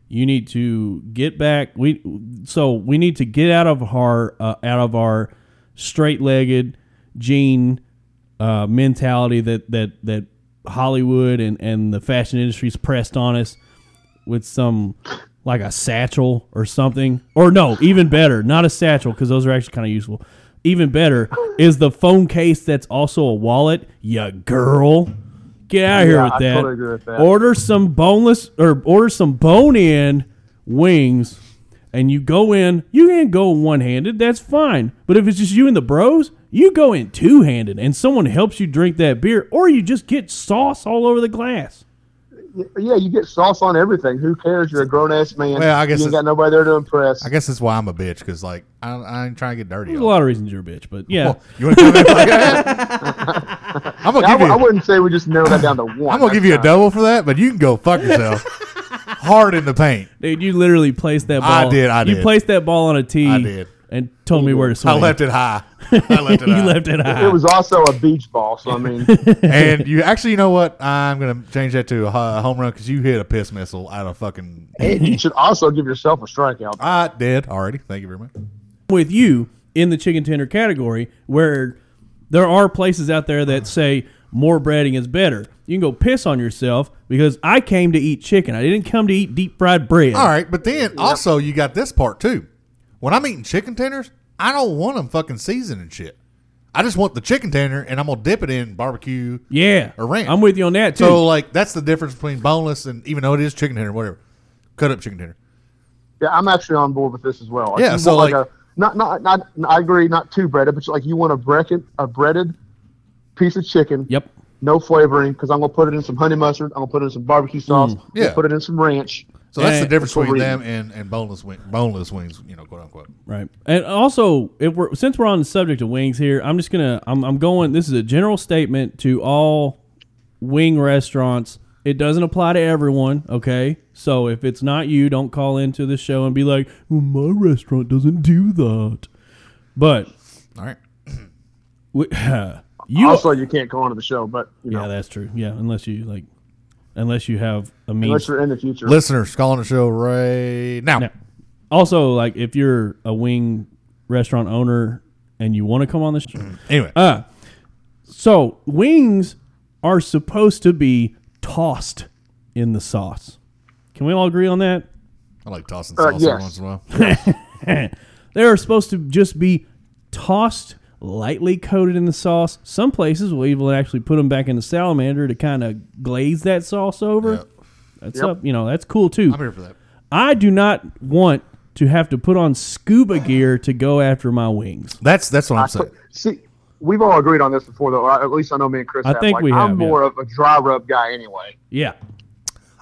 you need to get back we so we need to get out of our uh, out of our straight-legged gene uh, mentality that that that hollywood and and the fashion industry's pressed on us with some like a satchel or something or no even better not a satchel because those are actually kind of useful even better is the phone case that's also a wallet ya girl get out of here Yeah, with I that. totally agree with that. order some boneless or order some bone in wings and you go in you can go one-handed that's fine but if it's just you and the bros you go in two-handed and someone helps you drink that beer or you just get sauce all over the glass yeah, you get sauce on everything. Who cares? You're a grown ass man. Well, I guess you ain't got it's- nobody there to impress. I guess that's why I'm a bitch because like I, I ain't trying to get dirty. There's a on lot of reasons you're a bitch, but yeah. Well, you want to come in like that? I'm gonna I, give w- you. I wouldn't say we just narrowed that down to one. I'm gonna give you a double for that, but you can go fuck yourself. Hard in the paint. Dude, you literally placed that ball. I did, I You did. placed that ball on a tee. I did. And told me where to swing. I left it high. I left it you high. left it high. It was also a beach ball, so I mean, And you actually, you know what? I'm gonna change that to a hi- home run because you hit a piss missile out of fucking. you should also give yourself a strikeout. I did already. Thank you very much. with you in the chicken tender category where there are places out there that say more breading is better. You can go piss on yourself because I came to eat chicken. I didn't come to eat deep fried bread. All right, but then also you got this part too. When I'm eating chicken tenders, I don't want them fucking seasoned and shit. I just want the chicken tender, and I'm gonna dip it in barbecue. Yeah. A ranch. I'm with you on that too. So like that's the difference between boneless and even though it is chicken tender, whatever, cut up chicken tender. Yeah, I'm actually on board with this as well. Like, Yeah, you so, want, like- a, not, not not I agree, not too breaded, but like you want a breaded a breaded piece of chicken. yep. No flavoring because I'm gonna put it in some honey mustard. I'm gonna put it in some Mm, barbecue sauce. I'm gonna yeah. Put it in some ranch. So that's Yeah, the difference that's what between we're them and, and boneless wing, boneless wings, you know, quote unquote. Right. And also, if we're since we're on the subject of wings here, I'm just gonna I'm I'm going. This is a general statement to all wing restaurants. It doesn't apply to everyone. Okay. So if it's not you, don't call into the show and be like, "Well, my restaurant doesn't do that. But All right. we, you also, you can't go onto the show, but you know, yeah, that's true. Yeah, unless you like, unless you have a unless means. you're in the future. Listeners, call on the show right now. Now, also, like if you're a wing restaurant owner and you want to come on the show. Anyway, So wings are supposed to be tossed in the sauce. Can we all agree on that? I like tossing sauce every Uh, once yes. in a while. They are supposed to just be tossed, lightly coated in the sauce. Some places will even actually put them back in the salamander to kind of glaze that sauce over. Yep. That's up, you know, that's cool too. I'm here for that. I do not want to have to put on scuba gear to go after my wings. That's that's what I'm But saying. see, we've all agreed on this before, though. or At least I know me and Chris. I have. think like, we have, I'm more of a dry rub guy anyway. Yeah.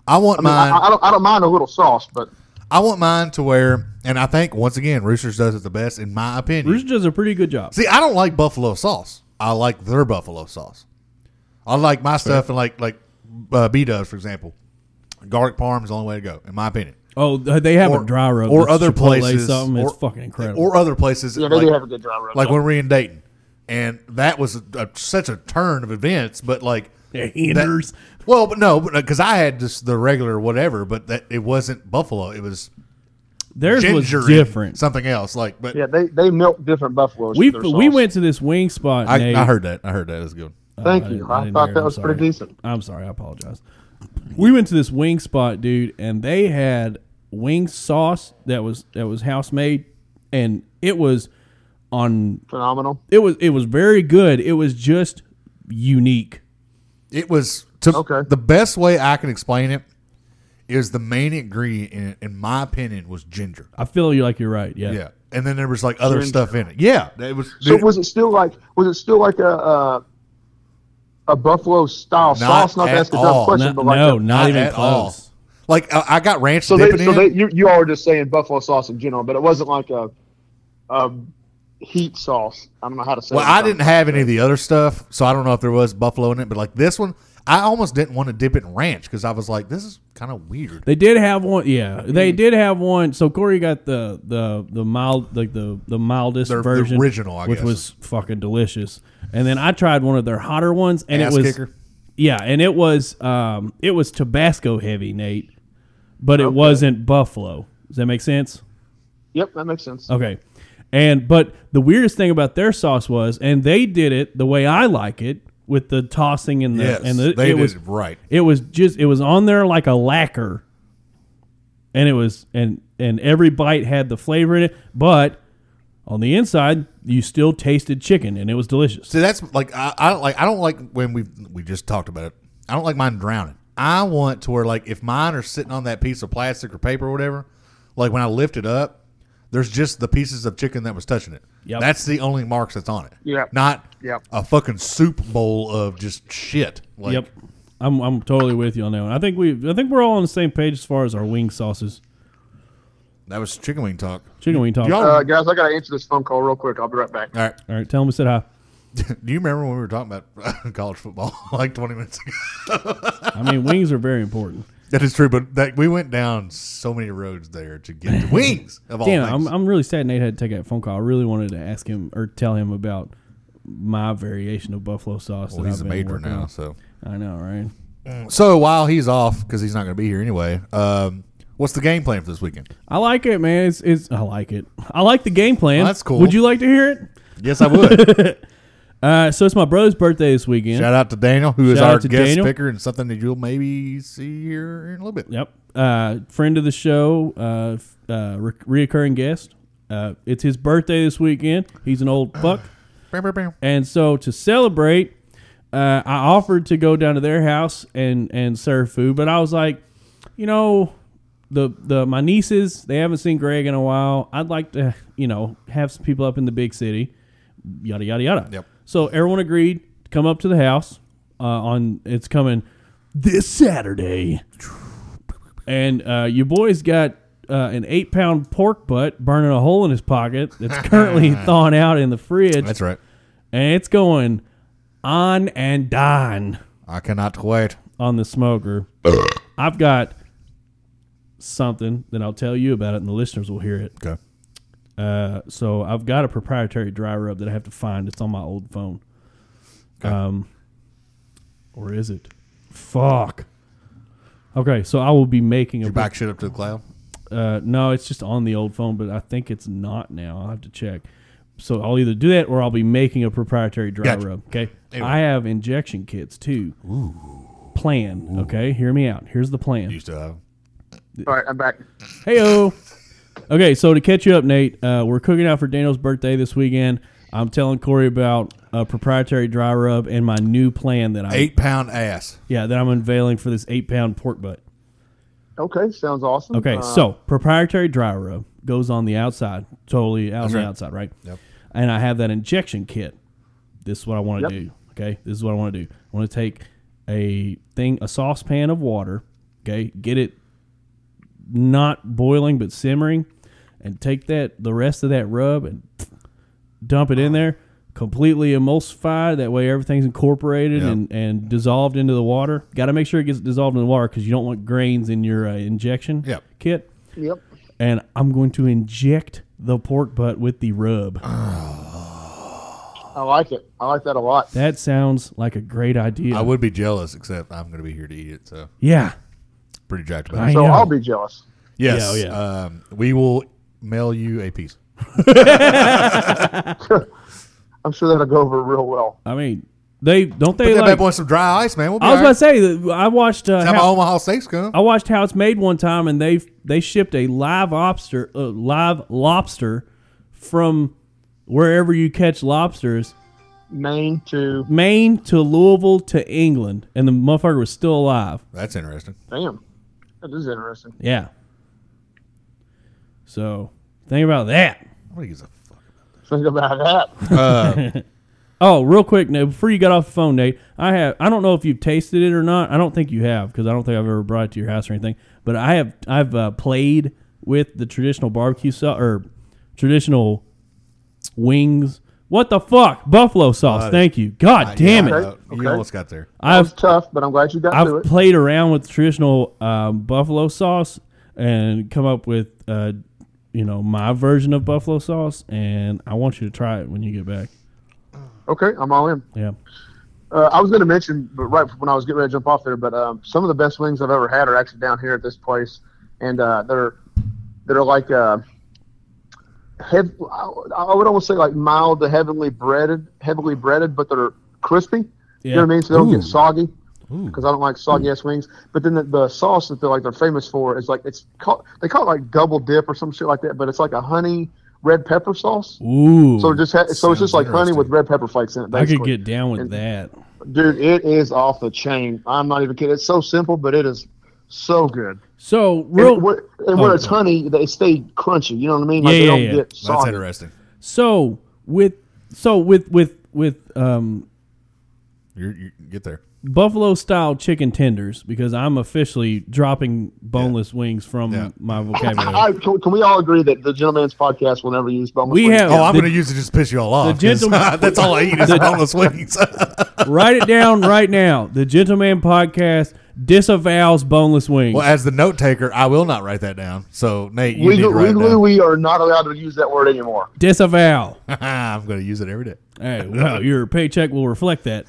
I want I mean, mine. I, I don't I don't mind a little sauce, but I want mine to where, and I think once again, Roosters does it the best, in my opinion. Rooster does a pretty good job. See, I don't like buffalo sauce. I like their buffalo sauce. I like my stuff and like like uh, B Dubs, for example. Garlic parm is the only way to go, in my opinion. Oh, they have a dry rub or that's other Chipotle places, Something. or, it's fucking incredible. Or other places, yeah, they do like, have a good dry rub. like when we were in Dayton, and that was a, a, such a turn of events. But like, Yeah, that- Anders. well, but no, because I had just the regular whatever, but that it wasn't buffalo. It was Theirs ginger, and was different. something else. Like, but yeah, they they milk different buffaloes. We for their we sauce. went to this wing spot. I, Nate. I heard that. I heard that. It was good. Thank I you. didn't- I I, didn't thought hear. that I'm was pretty sorry. decent. I'm sorry. I apologize. We went to this wing spot, dude, and they had wing sauce that was that was house made, and it was on. Phenomenal. It was it was very good. It was just unique. It was to Okay. the best way I can explain it is the main ingredient in it, in my opinion, was ginger. I feel you like you're right. Yeah. Yeah, and then there was like other stuff in it. Yeah, it was. So dude, was it still like was it still like a uh, a buffalo style sauce? Not to at ask a tough all. question, No, but like no, a- not, not even at close. all. Like I, I got ranch so they dipping so in. they it. you you are just saying buffalo sauce in general, but it wasn't like a a heat sauce. I don't know how to say. Well, it. I didn't have any of the other stuff, so I don't know if there was buffalo in it. But like this one, I almost didn't want to dip it in ranch because I was like, this is kind of weird. They did have one. Yeah, they did have one. So Corey got the the the mild like the the mildest Their- the version, original, I which guess. was fucking delicious. And then I tried one of their hotter ones, and Ass it was kicker. yeah, and it was um it was Tabasco heavy, Nate, but it wasn't buffalo. Does that make sense? Yep, that makes sense. Okay. And but the weirdest thing about their sauce was, and they did it the way I like it with the tossing and the Yes, and the, they it did was it right. it was just it was on there like a lacquer, and it was and and every bite had the flavor in it, but on the inside you still tasted chicken, and it was delicious. See, that's like I, I don't like I don't like when we we just talked about it. I don't like mine drowning. I want to where like if mine are sitting on that piece of plastic or paper or whatever, like when I lift it up, there's just the pieces of chicken that was touching it. Yep. That's the only marks that's on it. Yep. Not Yep. a fucking soup bowl of just shit. Like, yep, I'm I'm totally with you on that one. I think we I think we're all on the same page as far as our wing sauces. That was chicken wing talk. Chicken wing talk. Y'all- All Uh, guys, I got to answer this phone call real quick. I'll be right back. All right. right, tell them we said hi. Do you remember when we were talking about college football like 20 minutes ago? I mean, wings are very important. That is true, but that we went down so many roads there to get to wings of all Damn, I'm things. I'm really sad Nate had to take that phone call. I really wanted to ask him or tell him about my variation of buffalo sauce. well, that he's I've a been major working now, on. so I know, right? so while he's off because he's not going to be here anyway. Um, what's the game plan for this weekend? I like it, man. It's, it's I like it. I like the game plan. Well, that's cool. Would you like to hear it? Yes, I would. Uh, so it's my brother's birthday this weekend. Shout out to Daniel, who is Shout our out to guest Daniel. picker, and something that you'll maybe see here in a little bit. Yep. Uh, friend of the show, uh, f- uh, re- reoccurring guest. Uh, it's his birthday this weekend. He's an old fuck. Bam, bam, bam. And so to celebrate, uh, I offered to go down to their house and, and serve food, but I was like, you know, the the my nieces they haven't seen Greg in a while. I'd like to you know have some people up in the big city, yada yada yada. Yep. So everyone agreed to come up to the house uh, on it's coming this Saturday, and uh, your boy's got. Uh, an eight pound pork butt burning a hole in his pocket that's currently thawing out in the fridge That's right. and it's going on and on I cannot wait. on the smoker. I've got something that I'll tell you about it, and the listeners will hear it. Okay. Uh, so I've got a proprietary dry rub that I have to find. It's on my old phone. Um, or is it? Fuck. Okay, so I will be making a You back shit up to the cloud. uh, no, it's just on the old phone, but I think it's not now. I'll have to check. So I'll either do that or I'll be making a proprietary dry Gotcha. rub. Okay. Anyway. I have injection kits too. Ooh. Plan. Okay. Hear me out. Here's the plan. Used to have. All right, I'm back. Heyo. Okay. So to catch you up, Nate, uh, we're cooking out for Daniel's birthday this weekend. I'm telling Corey about a proprietary dry rub and my new plan that I Eight pound ass. yeah that I'm unveiling for this eight pound pork butt. Okay, sounds awesome. Okay, Uh-huh. Uh, so proprietary dry rub goes on the outside, totally out on the right. outside, right? Yep. And I have that injection kit. This is what I want to Yep. do. Okay, this is what I want to do. I want to take a thing, a saucepan of water. Okay, get it not boiling but simmering, and take that the rest of that rub and dump it in there, completely emulsified. That way everything's incorporated Yep. and, and dissolved into the water. Got to make sure it gets dissolved in the water because you don't want grains in your uh, injection Yep. kit. Yep. And I'm going to inject the pork butt with the rub. Uh. I like it. I like that a lot. That sounds like a great idea. I would be jealous, except I'm going to be here to eat it, so yeah. pretty jacked about I it. So know. I'll be jealous. Yes. Yeah, oh, yeah. Um, we will mail you a piece. I'm sure that'll go over real well. I mean, they don't Put they that like. bad boy in some dry ice, man. We'll be I was all about right. to say that I watched uh, Time how- my Omaha steaks come. I watched how it's made one time, and they they shipped a live lobster, uh, live lobster, from wherever you catch lobsters, Maine to Maine to Louisville to England, and the motherfucker was still alive. That's interesting. damn. That is interesting. Yeah. So think about that. Nobody gives a fuck. Think about that. Oh, real quick, Nate, before you got off the phone, Nate, I have I don't know if you've tasted it or not. I don't think you have because I don't think I've ever brought it to your house or anything. But I have I've uh, played with the traditional barbecue sauce or traditional wings. What the fuck, buffalo sauce? Thank you. God damn Uh, Yeah, I it. know. You Okay. almost got there. I've It's tough, but I'm glad you got to I've it. played around with traditional um, buffalo sauce and come up with uh, you know my version of buffalo sauce, and I want you to try it when you get back. Okay, I'm all in. Yeah. Uh, I was going to mention, but right when I was getting ready to jump off there, but um, some of the best wings I've ever had are actually down here at this place, and uh, they're they're like uh, heav- I I would almost say like mild to heavenly breaded, heavily breaded, but they're crispy. You know what I mean? So they don't Ooh. get soggy because I don't like Mm. soggy ass wings. But then the, the sauce that they're like they're famous for is like it's called they call it like double dip or some shit like that, but it's like a honey red pepper sauce. Ooh. So it just ha- so Sounds it's just like honey interesting. with red pepper flakes in it. I Basically. could get down with that. Dude, it is off the chain. I'm not even kidding. It's so simple, but it is so good. So And, real. what, and when Oh, it's honey, they stay crunchy. You know what I mean? Yeah, Like they yeah, don't yeah. get That's soggy. interesting. So with so with with with um You're, you get there. buffalo style chicken tenders because I'm officially dropping boneless wings from Yeah. my I, vocabulary. can, can we all agree that the gentleman's podcast will never use boneless We wings? have- Oh, I'm The- going to use it just to piss you all off. 'cause gentleman- that's all I eat is boneless wings. Write it down right now. The Gentleman Podcast disavows boneless wings. well, as the note taker, I will not write that down. So, Nate, you need to Legal, write it legally, down. we are not allowed to use that word anymore. Disavow. I'm going to use it every day. hey, well, your paycheck will reflect that.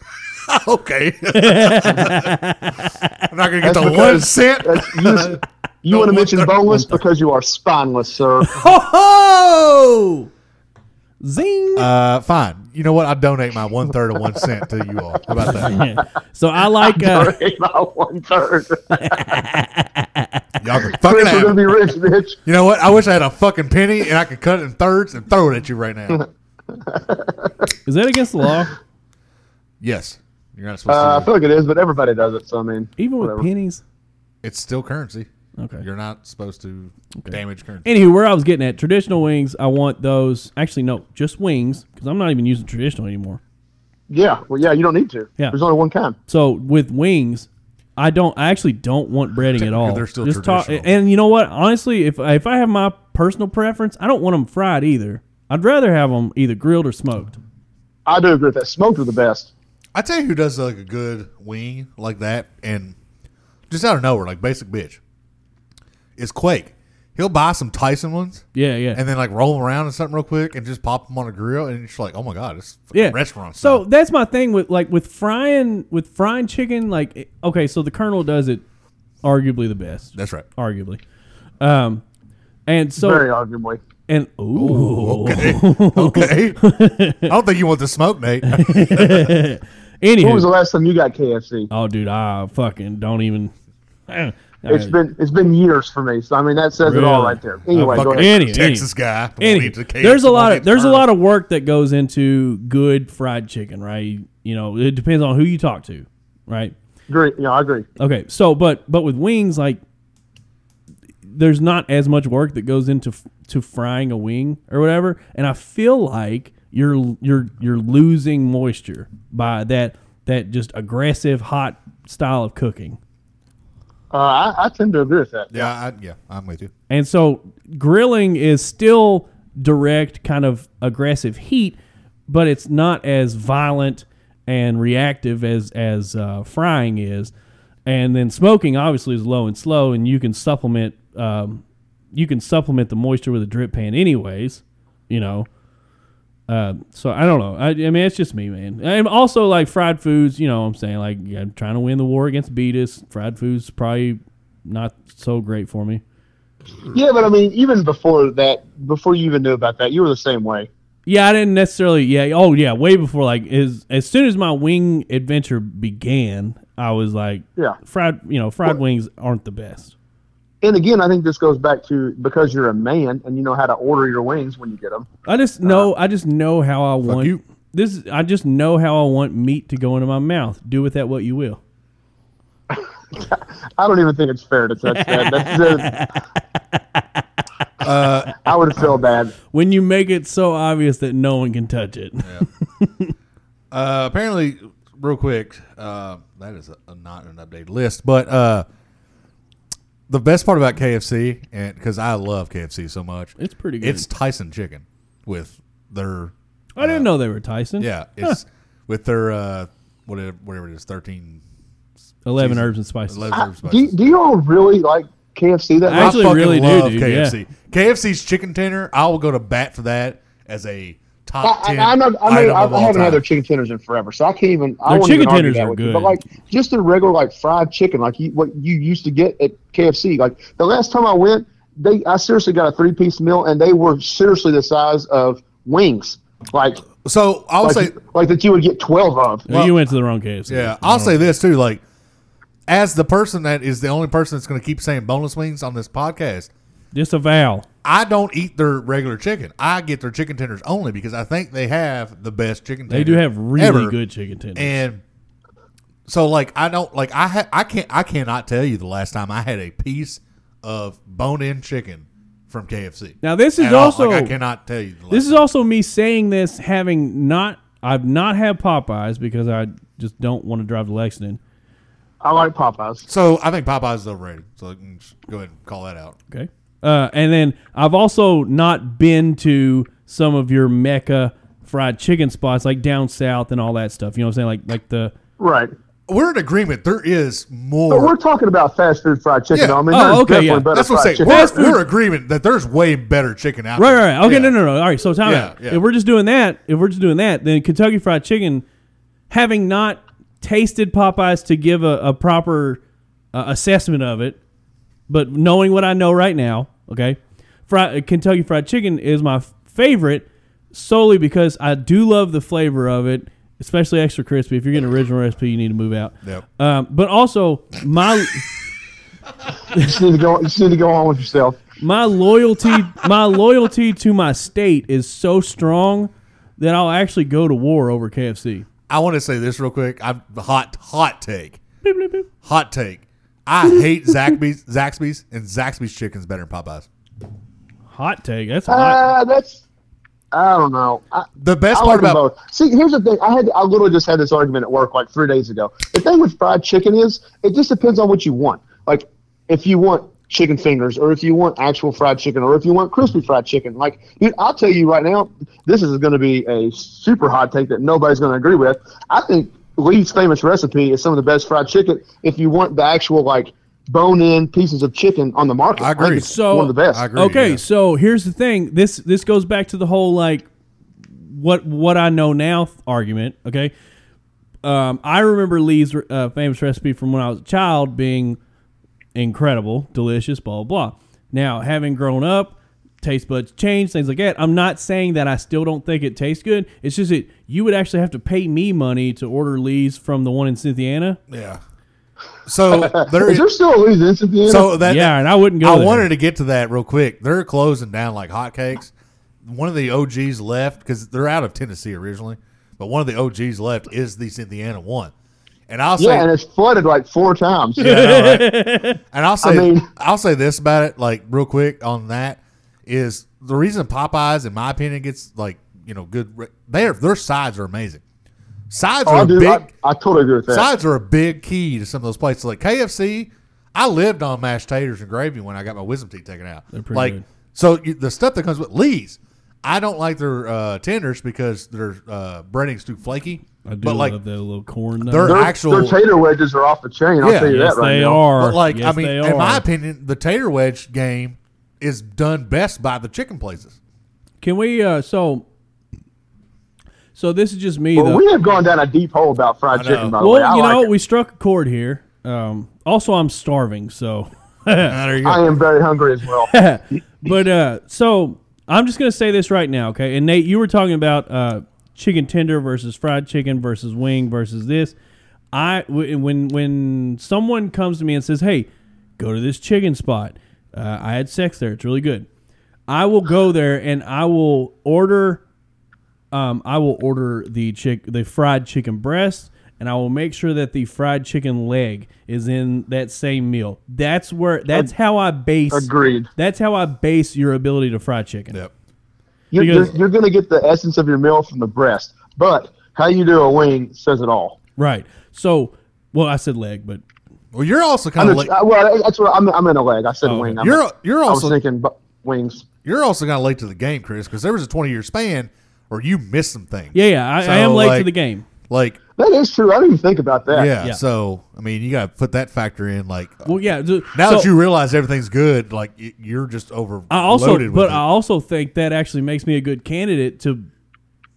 okay. I'm not going to get That's the because- one cent. That's, you you want to mention boneless because you are spineless, sir. Ho ho! Zing. Uh, fine. You know what? I donate my one third of one cent to you all. How about that? Yeah. so I like uh, About one third. Y'all can fucking Chris, we're have gonna it. be rich, bitch. You know what? I wish I had a fucking penny and I could cut it in thirds and throw it at you right now. is that against the law? Yes. You're not supposed Uh, to. I do feel like it is, but everybody does it. So I mean, Even with whatever. pennies? it. It's still currency. Okay. You're not supposed to damage currency. Anywho, where I was getting at, traditional wings, I want those. Actually, no, just wings, because I'm not even using traditional anymore. yeah, well, yeah, you don't need to. Yeah. There's only one kind. So with wings, I don't. I actually don't want breading at all. they're still traditional. and you know what? Honestly, if if I have my personal preference, I don't want them fried either. I'd rather have them either grilled or smoked. I do agree with that. Smoked are the best. I tell you who does like a good wing like that and just out of nowhere, like basic bitch, is Quake. He'll buy some Tyson ones Yeah, yeah, and then like roll 'em around in something real quick and just pop them on a grill and it's like, oh my god, it's fucking yeah. restaurant. So style. that's my thing with like with frying with frying chicken. Like it- okay, so the Colonel does it arguably the best. that's right. arguably, um, and so Very arguably. and ooh. Okay, I don't think you want the smoke, Nate. Anywho, When was the last time you got KFC? oh dude, I fucking don't even. Eh. It's been it's been years for me. So I mean, that says it all Really? Uh, right there. Anyway, go Fucking ahead. Any- Texas guy. won't Any- eat the cake, there's a won't lot eat of there's a turtle. lot of work that goes into good fried chicken, right? You know, it depends on who you talk to, right? Agree. Yeah, I agree. Okay, so but but with wings, like there's not as much work that goes into f- to frying a wing or whatever, and I feel like you're you're you're losing moisture by that that just aggressive hot style of cooking. Uh, I, I tend to agree with that. Yeah, I, yeah, I'm with you. And so grilling is still direct, kind of aggressive heat, but it's not as violent and reactive as as uh, frying is. And then smoking obviously is low and slow, and you can supplement um, you can supplement the moisture with a drip pan, anyways. You know. Uh, so I don't know. I, I mean, it's just me, man. And also like fried foods. You know, what I'm saying like I'm trying to win the war against beatus. Fried foods probably not so great for me. Yeah, but I mean, even before that, before you even knew about that, you were the same way. Yeah, I didn't necessarily. Yeah. Oh, yeah. Way before, like, is as soon as my wing adventure began, I was like, Yeah. fried. You know, fried wings aren't the best. And again, I think this goes back to because you're a man and you know how to order your wings when you get them. I just know. I just know how I want you. this. is- I just know how I want meat to go into my mouth. Do with that what you will. I don't even think it's fair to touch that. That's, I would feel bad. When you make it so obvious that no one can touch it. Uh, apparently, real quick, uh, that is a, not an updated list, but uh, the best part about KFC, and because I love KFC so much, It's pretty good. it's Tyson chicken with their I didn't know they were Tyson. yeah, it's with their uh, whatever whatever it is, thirteen Eleven Jesus. herbs and spices. eleven herb Do, you- spices. do you all really like KFC that I much? actually I fucking really do, love dude, KFC. KFC's chicken tender, I will go to bat for that as a top I, ten. I, I'm not, I, mean, item I, of I all haven't time. had their chicken tenders in forever, so I can't even. I Their won't chicken even argue tenders that are with you, good. but like just the regular like fried chicken, like you, what you used to get at KFC. Like the last time I went, they I seriously got a three piece meal, and they were seriously the size of wings, like So I'll like, say like that you would get twelve of. you went to the wrong KFC. Yeah, I'll say this too. Like, as the person that is the only person that's going to keep saying boneless wings on this podcast, Disavow. I don't eat their regular chicken. I get their chicken tenders only because I think they have the best chicken tenders. They do have really ever. good chicken tenders. And so, like, I don't like I ha- I can't I cannot tell you the last time I had a piece of bone-in chicken from KFC. now this is At all. also like, I cannot tell you. The last This is also me saying this, having not I've not had Popeyes because I just don't want to drive to Lexington. I like Popeyes. So I think Popeyes is overrated. So you can just go ahead and call that out. Okay. Uh, and then I've also not been to some of your mecca fried chicken spots like down south and all that stuff. You know what I'm saying? Like like the Right. We're in agreement. There is But more. we're talking about fast food fried chicken. Yeah. though. I mean, Oh, there's okay, definitely yeah. better That's what fried I'm saying. chicken. We're, we're agreement that there's way better chicken out Right, there. right, right. Okay, Yeah. no, no, no. All right, so time Yeah, out. yeah. If we're just doing that, if we're just doing that, then Kentucky Fried Chicken, having not tasted Popeyes to give a, a proper uh, assessment of it, but knowing what I know right now, okay, fri- uh, Kentucky Fried Chicken is my f- favorite solely because I do love the flavor of it, especially extra crispy. If you're getting original recipe, you need to move out. Yep. Um, but also my. You just need to go. You just need to go on with yourself. my loyalty my loyalty to my state is so strong that I'll actually go to war over KFC. I want to say this real quick. I'm hot, hot take, Beep, beep, beep. hot take. I hate Zaxby's, Zaxby's, and Zaxby's chicken's better than Popeyes. Hot take. That's hot. Uh, that's. I don't know. I, The best I part like them about both. See, here's the thing. I had I literally just had this argument at work like three days ago. The thing with fried chicken is it just depends on what you want. Like if you want chicken fingers, or if you want actual fried chicken, or if you want crispy fried chicken. Like dude, I'll tell you right now, this is going to be a super hot take that nobody's going to agree with. I think Lee's famous recipe is some of the best fried chicken. If you want the actual like bone-in pieces of chicken on the market, I agree. think it's So- one of the best. I agree. Okay, yeah. so here's the thing. This this goes back to the whole like what what I know now argument, okay? Um, I remember Lee's uh, famous recipe from when I was a child being incredible, delicious, blah, blah, blah. Now, having grown up, taste buds change, things like that. I'm not saying that I still don't think it tastes good. It's just that you would actually have to pay me money to order Lee's from the one in Cynthiana. yeah. So there Is is. there still a Lee's in Cynthia? So that yeah, and I wouldn't go I there. wanted to get to that real quick. They're closing down like hotcakes. One of the OGs left because they're out of Tennessee originally, but one of the OGs left is the Cynthiana one. And I'll say, yeah, and it's flooded like four times. Yeah, I know, right? and I'll say, I mean- will say this about it, like real quick on that is the reason Popeyes, in my opinion, gets like you know good. re- Their their sides are amazing. Sides Oh, are a dude, big. I, I totally agree with that. Sides are a big key to some of those places. Like KFC, I lived on mashed taters and gravy when I got my wisdom teeth taken out. They're pretty like, good. So you, the stuff that comes with Lee's, I don't like their uh, tenders because their uh, breading's too flaky. I do but like, love the little corn. they're- though. their, actual- their tater wedges are off the chain. I'll Yeah. tell you yes, that right they now. are. but like, Yes, I they mean, in my are. opinion, the tater wedge game is done best by the chicken places. Can we? Uh, so, so this is just me. Well, though. we have gone down a deep hole about fried I know. chicken. By the well, way, I you like know, it. we struck a chord here. Um, also, I'm starving, so. Ah, there you I go. am very hungry as well. But uh, so I'm just gonna say this right now, okay? And Nate, you were talking about uh, chicken tender versus fried chicken versus wing versus this. I w- when when someone comes to me and says, "Hey, go to this chicken spot. Uh, I had sex there. It's really good." I will go there and I will order. Um, I will order the chick the fried chicken breast. And I will make sure that the fried chicken leg is in that same meal. That's where. That's how I base. Agreed. That's how I base your ability to fry chicken. Yep. You're, Because- you're, you're going to get the essence of your meal from the breast, but how you do a wing says it all. Right. So, well, I said leg, but Well, you're also kind I'm of a, I, uh, well, that's what I'm. I'm in a leg. I said okay. wing. I'm you're a, you're I was also thinking bu- wings. you're also kind of late to the game, Chris, because there was a 20 year span where you missed some things. yeah, yeah, I, So, I am late to like- the game. Like That is true. I didn't even think about that. Yeah, Yeah. So I mean, you got to put that factor in. Like uh, Well, yeah. th- now so that you realize everything's good, like y- you're just over. I also, loaded but with I it. also think that actually makes me a good candidate to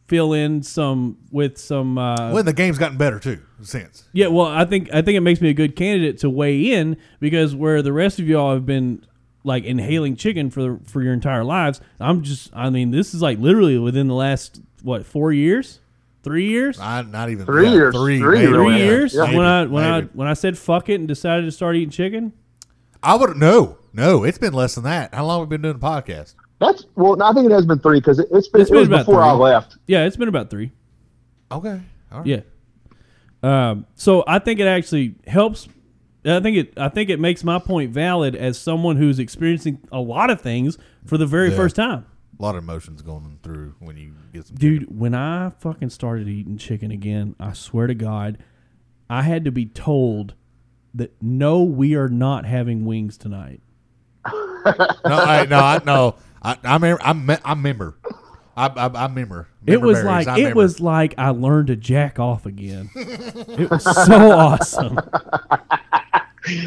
fill in some with some. Uh, when the game's gotten better too, since yeah, well, I think I think it makes me a good candidate to weigh in because where the rest of y'all have been like inhaling chicken for for your entire lives, I'm just. I mean, this is like literally within the last what four years, three years. I not even Three yeah, years, three, three maybe, really three yeah, years maybe, when I when I maybe. when I said fuck it and decided to start eating chicken. I would no, no. It's been less than that. How long have we been doing the podcast? That's well. no, I think it has been three because it, it's been. It's it been was about before I three. left. Yeah, it's been about three. Okay, all right. Yeah. Um, so I think it actually helps. I think it. I think it makes my point valid as someone who's experiencing a lot of things for the very Yeah. first time. A lot of emotions going through when you get some. Dude, when I fucking started eating chicken again, I swear to God, I had to be told that no, we are not having wings tonight. No, I, no, I, no. I, I, remember, I, me- I remember. I, I, I remember. It was Member berries. like I it remember. was like I learned to jack off again. it was so awesome.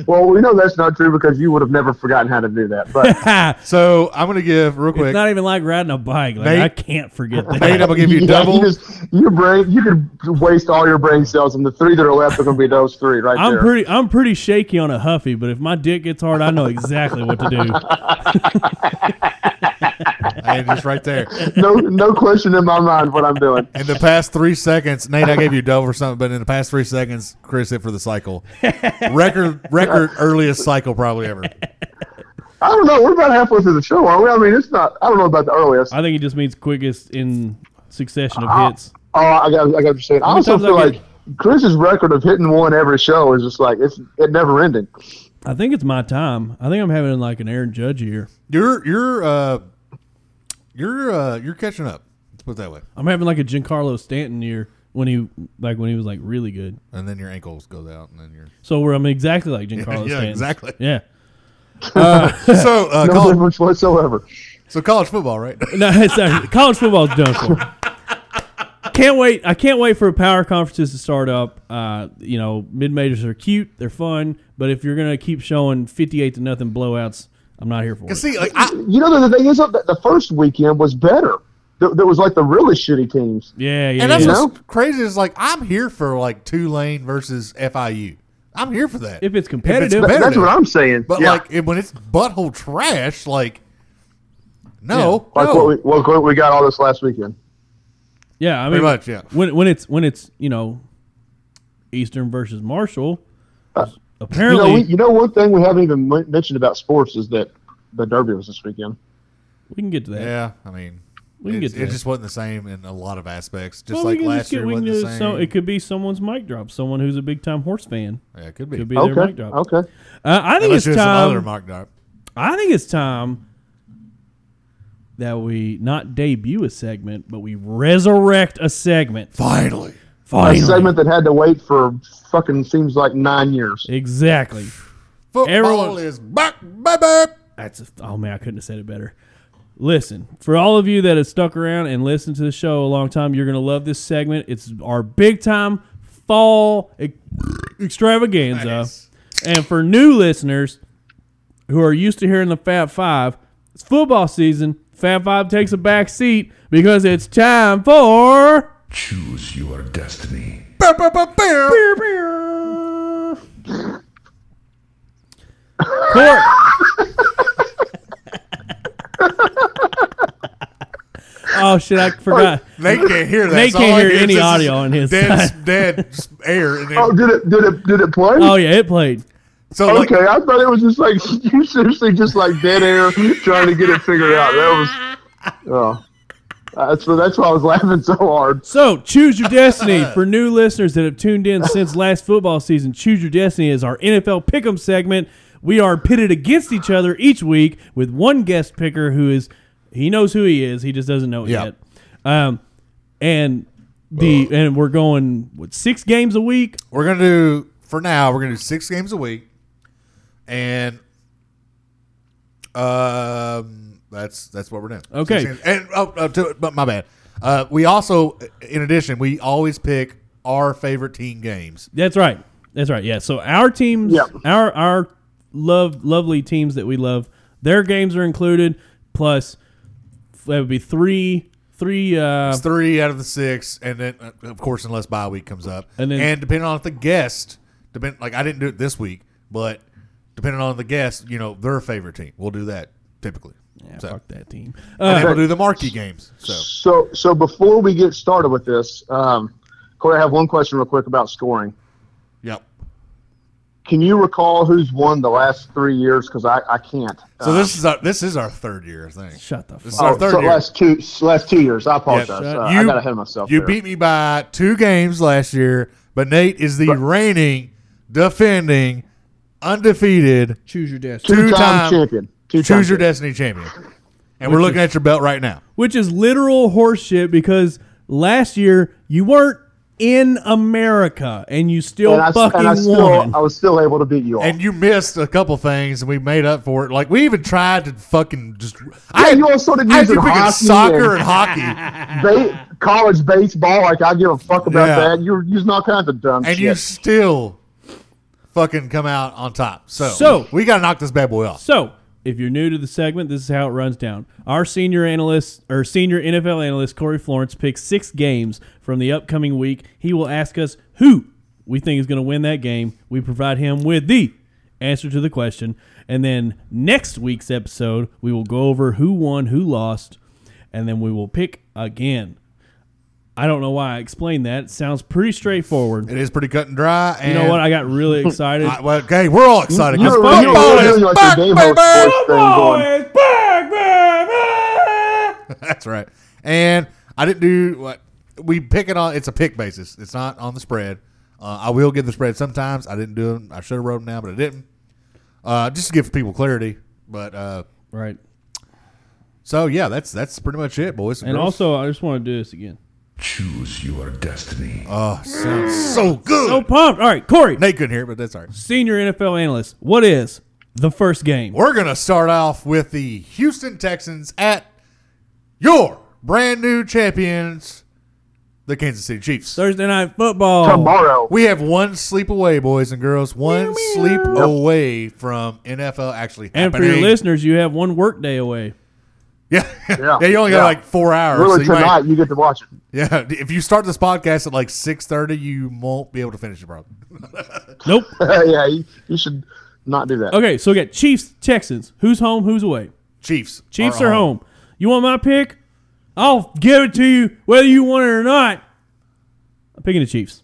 Well, we know that's not true because you would have never forgotten how to do that. But it's So I'm gonna give real quick. not even like riding a bike. Like, Nate- I can't forget that. Nate, I'm gonna give you Yeah, double. You just, your brain, you could waste all your brain cells, and the three that are left are going to be those three right I'm there. pretty I'm pretty shaky on a huffy, but if my dick gets hard, I know exactly what to do. and just right there. no, no question in my mind what I'm doing. In the past three seconds, Nate, I gave you double or something, but in the past three seconds, Chris hit for the cycle. Record record earliest cycle probably ever. I don't know. We're about halfway through the show, aren't we? I mean, it's not. I don't know about the earliest. I think it just means quickest in succession Ah. of hits. Oh, I got, I got what you're saying. I many also times feel I like get- Chris's record of hitting one every show is just like it's it never ending. I think it's my time. I think I'm having like an Aaron Judge year. You're you're uh you're uh you're catching up. Let's put it that way. I'm having like a Giancarlo Stanton year when he like when he was like really good. And then your ankles goes out and then you're So where I'm exactly like Giancarlo Yeah, Stanton. exactly. Yeah. So uh No college, difference whatsoever. so college football, right? No, it's not, college football's done for. Can't wait! I can't wait for power conferences to start up. Uh, you know, mid majors are cute, they're fun, but if you're gonna keep showing fifty-eight to nothing blowouts, I'm not here for it. See, like I You know, the, the thing is, that the first weekend was better. There, there was like the really shitty teams. Yeah, yeah. and that's yeah. You what's crazy is like I'm here for like Tulane versus FIU. I'm here for that. if it's competitive, better- That's than- what I'm saying. But Yeah. like it- when it's butthole trash, like no, like no. what we, what, what we got all this last weekend. yeah. I mean, Pretty much, yeah. When when it's when it's you know, Eastern versus Marshall. apparently, Uh, You know, we, we, you know, one thing we haven't even men- mentioned about sports is that the Derby was this weekend. can get to that. yeah, I mean, We can it, get to it that. just wasn't the same in a lot of aspects. Just well, like we can last just get. year We can wasn't the do same. so, it could be someone's mic drop. Someone who's a big time horse fan yeah, it could be. could be their mic Okay, drop. okay. Uh, I Unless think it's there's some time. other mock drop. I think it's time that we not debut a segment, but we resurrect a segment. Finally, A Finally. segment that had to wait for fucking seems like nine years. Exactly. football Everyone- is back, baby. That's a, oh man, I couldn't have said it better. Listen, for all of you that have stuck around and listened to the show a long time, you're gonna love this segment. It's our big time fall e- extravaganza. Nice. And for new listeners who are used to hearing the Fab Five, it's football season. Fab Five takes a back seat because it's time for Choose your destiny. Ba, ba, ba, ba. Court. oh shit! I forgot. They can't hear that. They So all can't I hear is any this is audio on his dead, dead air. And then, Oh, did it? Did it? Did it play? Oh yeah, it played. so like, okay, I thought it was just like you seriously just like dead air trying to get it figured out. That was oh, that's that's why I was laughing so hard. So choose your destiny for new listeners that have tuned in since last football season. Choose your destiny is our NFL pick'em segment. We are pitted against each other each week with one guest picker who is he knows who he is. He just doesn't know it Yeah. yet. Um, and the and we're going what six games a week. We're gonna do for now. We're gonna do six games a week, and um, that's that's what we're doing. Okay. Six games. and oh, oh, to, but my bad. Uh, we also, in addition, we always pick our favorite team games. That's right. That's right. Yeah. So our teams, Yeah. our our love lovely teams that we love, their games are included. Plus, that would be three three. Uh, It's three out of the six, and then uh, of course, unless bye week comes up, And then- and depending on if the guest, depend like I didn't do it this week, but depending on the guest, you know their favorite team, we'll do that typically. yeah, so, fuck that team. and Uh, then we'll do the marquee games. So. So so before we get started with this, um, Corey, I have one question real quick about scoring. Yep. Can you recall who's won the last three years? Because I, I can't. So this is our this is our third year, I think. shut the This fuck. is our Oh, third so year. last two last two years. I apologize. Yeah, uh, I you- got ahead of myself. you there. beat me by two games last year, but Nate is the reigning, defending, undefeated Choose your destiny. two-time two-time champion. Two Choose Your Destiny champion. And we're looking at your belt right now. Which is literal horseshit because last year you weren't in America, and you still and I, fucking and I won. still I was still able to beat you all. And you missed a couple things, and we made up for it. Like we even tried to fucking just. Yeah, I, you all started I using do freaking hockey soccer and and- hockey, ba- college baseball, like I give a fuck about Yeah. that. You're using all kinds of dumb and shit. you still fucking come out on top. So, So- we got to knock this bad boy off. So, if you're new to the segment, this is how it runs down. Our senior analyst or senior NFL analyst Corey Florence picks six games from the upcoming week. He will ask us who we think is going to win that game. We provide him with the answer to the question, and then next week's episode we will go over who won, who lost, and then we will pick again. I don't know why I explained that. It sounds pretty straightforward. It is pretty cut and dry. And You know what? I got really excited. I- well, okay, we're all excited. 'cause You're- football you're really is doing like back, the game host baby! voice thing going. Ah! That's right. And I didn't do what we pick it on. It's a pick basis. It's not on the spread. Uh, I will give the spread sometimes. I didn't do them. I should have wrote them down, but I didn't. Uh, just to give people clarity. But uh, Right. so yeah, that's that's pretty much it, boys. And girls. also, I just want to do this again. Choose your destiny. oh, sounds so good. So pumped. All right, Corey, Nate couldn't hear, it, but that's all right. senior NFL analyst. What is the first game? We're gonna start off with the Houston Texans at your brand new champions, the Kansas City Chiefs. Thursday night football. Tomorrow, We have one sleep away, boys and girls. One sleep away from NFL actually happening. And for your listeners, you have one work day away. yeah, yeah, Yeah. you only Yeah. got like four hours. really so you might- tonight, you get to watch it. yeah, if you start this podcast at like six thirty, you won't be able to finish it, bro. Nope. yeah, you, you should not do Oh. that. okay, so we got Chiefs, Texans. Who's home? Who's away? Chiefs, Chiefs are, home. You want my pick? I'll give it to you whether you want it or not. I'm picking the Chiefs.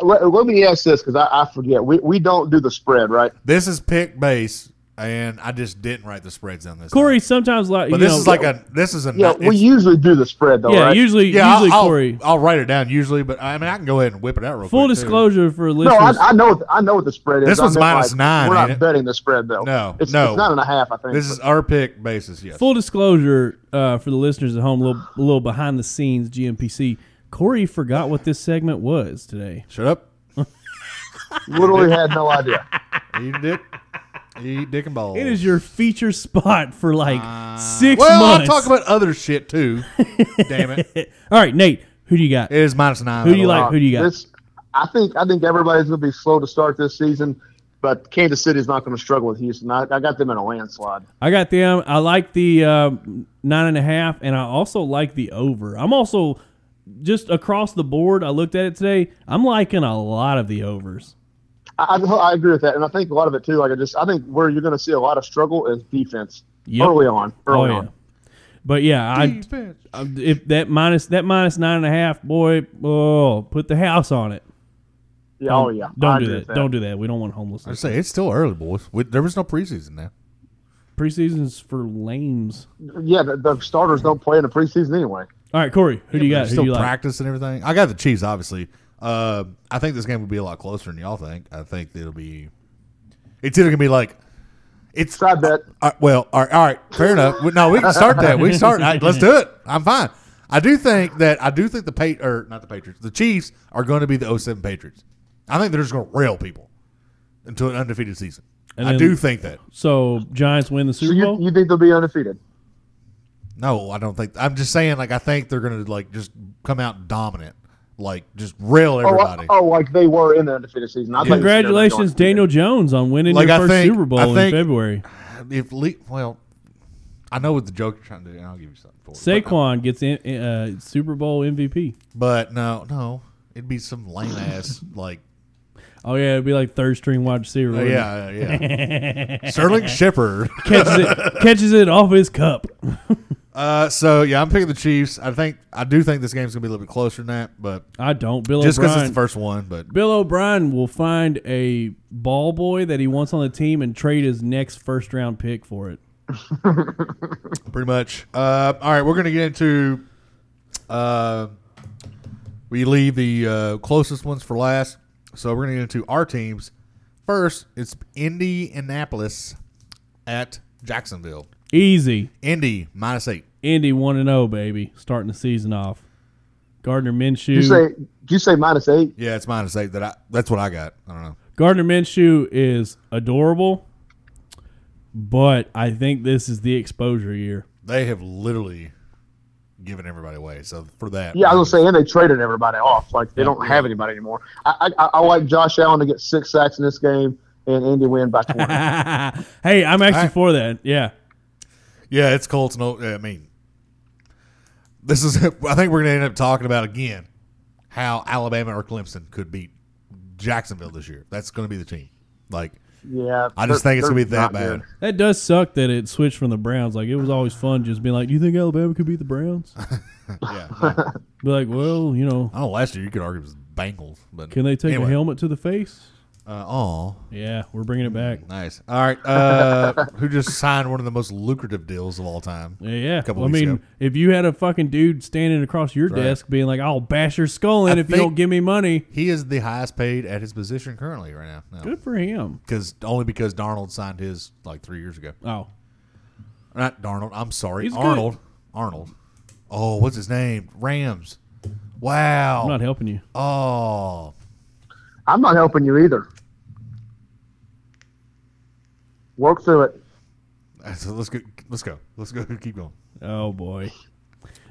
Let, let me ask this because I, I forget. We, we don't do the spread, right? This is pick base, and I just didn't write the spreads on this. Corey time. sometimes like but you this know, is like a this is a Yeah, it's- we usually do the spread though, yeah. right? Usually, yeah. usually I'll, I'll- Corey. I'll write it down usually, but I mean I can go ahead and whip it out real full quick. too. disclosure for no, listeners. I, I know what- I know what the spread is. This I one's meant, minus nine, We're ain't not it? betting the spread though. No, it's, no. it's nine and a half. I think This is our pick basis. Yes. Full disclosure uh, for the listeners at home, a little, a little behind the scenes GMPC. Corey forgot what this segment was today. Shut up. literally had no idea. Eat dick. Eat dick and balls. It is your feature spot for like six Well, months. I'll talk about other shit too. Damn it. It All right, Nate, who do you got? is minus nine. Who do you by the way. like? Who do you got? This, I think I think everybody's going to be slow to start this season, but Kansas City's not going to struggle with Houston. I, I got them in a landslide. I got them. I like the uh, nine and a half, and I also like the over. I'm also just across the board. I looked at it today. I'm liking a lot of the overs. I, I, I agree with that, and I think a lot of it too. Like I just, I think where you're going to see a lot of struggle is defense Yep. early on. Oh Early yeah. on, But yeah, I Defense. Um, if that minus that minus nine and a half, boy, oh, put the house on it. yeah, oh yeah. I Don't do agree with that. Don't do that. We don't want I homelessness. say it's still early, boys. We, there was no preseason now. Preseason's for lames. Yeah, the, the starters don't play in the preseason anyway. All right, Corey, who do you got? Who still do you like? practice and everything. I got the Chiefs, obviously. Uh, I think this game will be a lot closer than y'all think. I think it'll be. It's either gonna be like, it's Side bet. Uh, well, all right, all right, fair enough. We- No, we can start that. We can start. I- let's do it. I'm fine. I do think that I do think the pa- or not the Patriots, the Chiefs are going to be the 07 Patriots. I think they're just going to rail people into an undefeated season. And I then- do think that. So Giants win the So Super you, Bowl. you think they'll be undefeated? No, I don't think. I'm just saying, like I think they're going to like just come out dominant, like just rail Oh, everybody. I- oh, like they were in the undefeated season. I thought you said they're not Congratulations, going Daniel Jones, on winning Like, your I first think- Super Bowl I in think- February. oh. If le- well, I know what the joke you're trying to do, and I'll give you something for it. Saquon gets in, uh, Super Bowl MVP. But no, no, it'd be some lame ass like Oh yeah, it'd be like third string wide receiver. Uh, wouldn't it? yeah, uh, yeah. Sterling Shepard. catches it catches it off his cup. Uh, so yeah, I'm picking the Chiefs. I think I do think this game's gonna be a little bit closer than that, but I don't. Bill just because it's O'Brien. the first one. But Bill O'Brien will find a ball boy that he wants on the team and trade his next first round pick for it. pretty much. Uh, all right, we're gonna get into. Uh, we leave the uh, closest ones for last, so we're gonna get into our teams. First, it's Indianapolis at Jacksonville. Easy. Indy minus eight. oh, Indy 1 and 0, baby, starting the season off. Gardner You Minshew. say you say minus eight? Yeah, it's minus eight. That I, that's what I got. I don't know. Gardner Minshew is adorable, but I think this is the exposure year. They have literally given everybody away. So for that, Yeah, I was gonna say, and they traded everybody off. Like they don't have anybody anymore. I I, I like Josh Allen to get six sacks in this game and Indy win by twenty. hey, I'm actually right. for that. Yeah. Yeah, it's Colts. No, I mean, this is. I think we're going to end up talking about again how Alabama or Clemson could beat Jacksonville this year. That's going to be the team. Like, yeah, I just they're- think it's going to be they're that not bad. good. That does suck that it switched from the Browns. Like it was always fun just being like, Do you think Alabama could beat the Browns? Yeah, no. Be like, Well, you know, I know. Last year, you could argue it was Bengals, but can they take anyway, a helmet to the face? Uh, oh, Yeah, we're bringing it back. nice. All right, uh, who just signed one of the most lucrative deals of all time? Yeah, yeah. Couple I weeks mean, ago. if you had a fucking dude standing across your Right. desk being like, "I'll bash your skull in I if you don't think- give me money," He is the highest paid at his position currently right now. No. good for him. Because only because Darnold signed his like three years ago. Oh, Not Darnold. I'm sorry, He's good. Arnold. Arnold. Oh, what's his name? Rams. I'm Wow. not helping you. oh, I'm not helping you either. Work through it. so let's go. Let's go. Let's go. Keep going. Oh boy,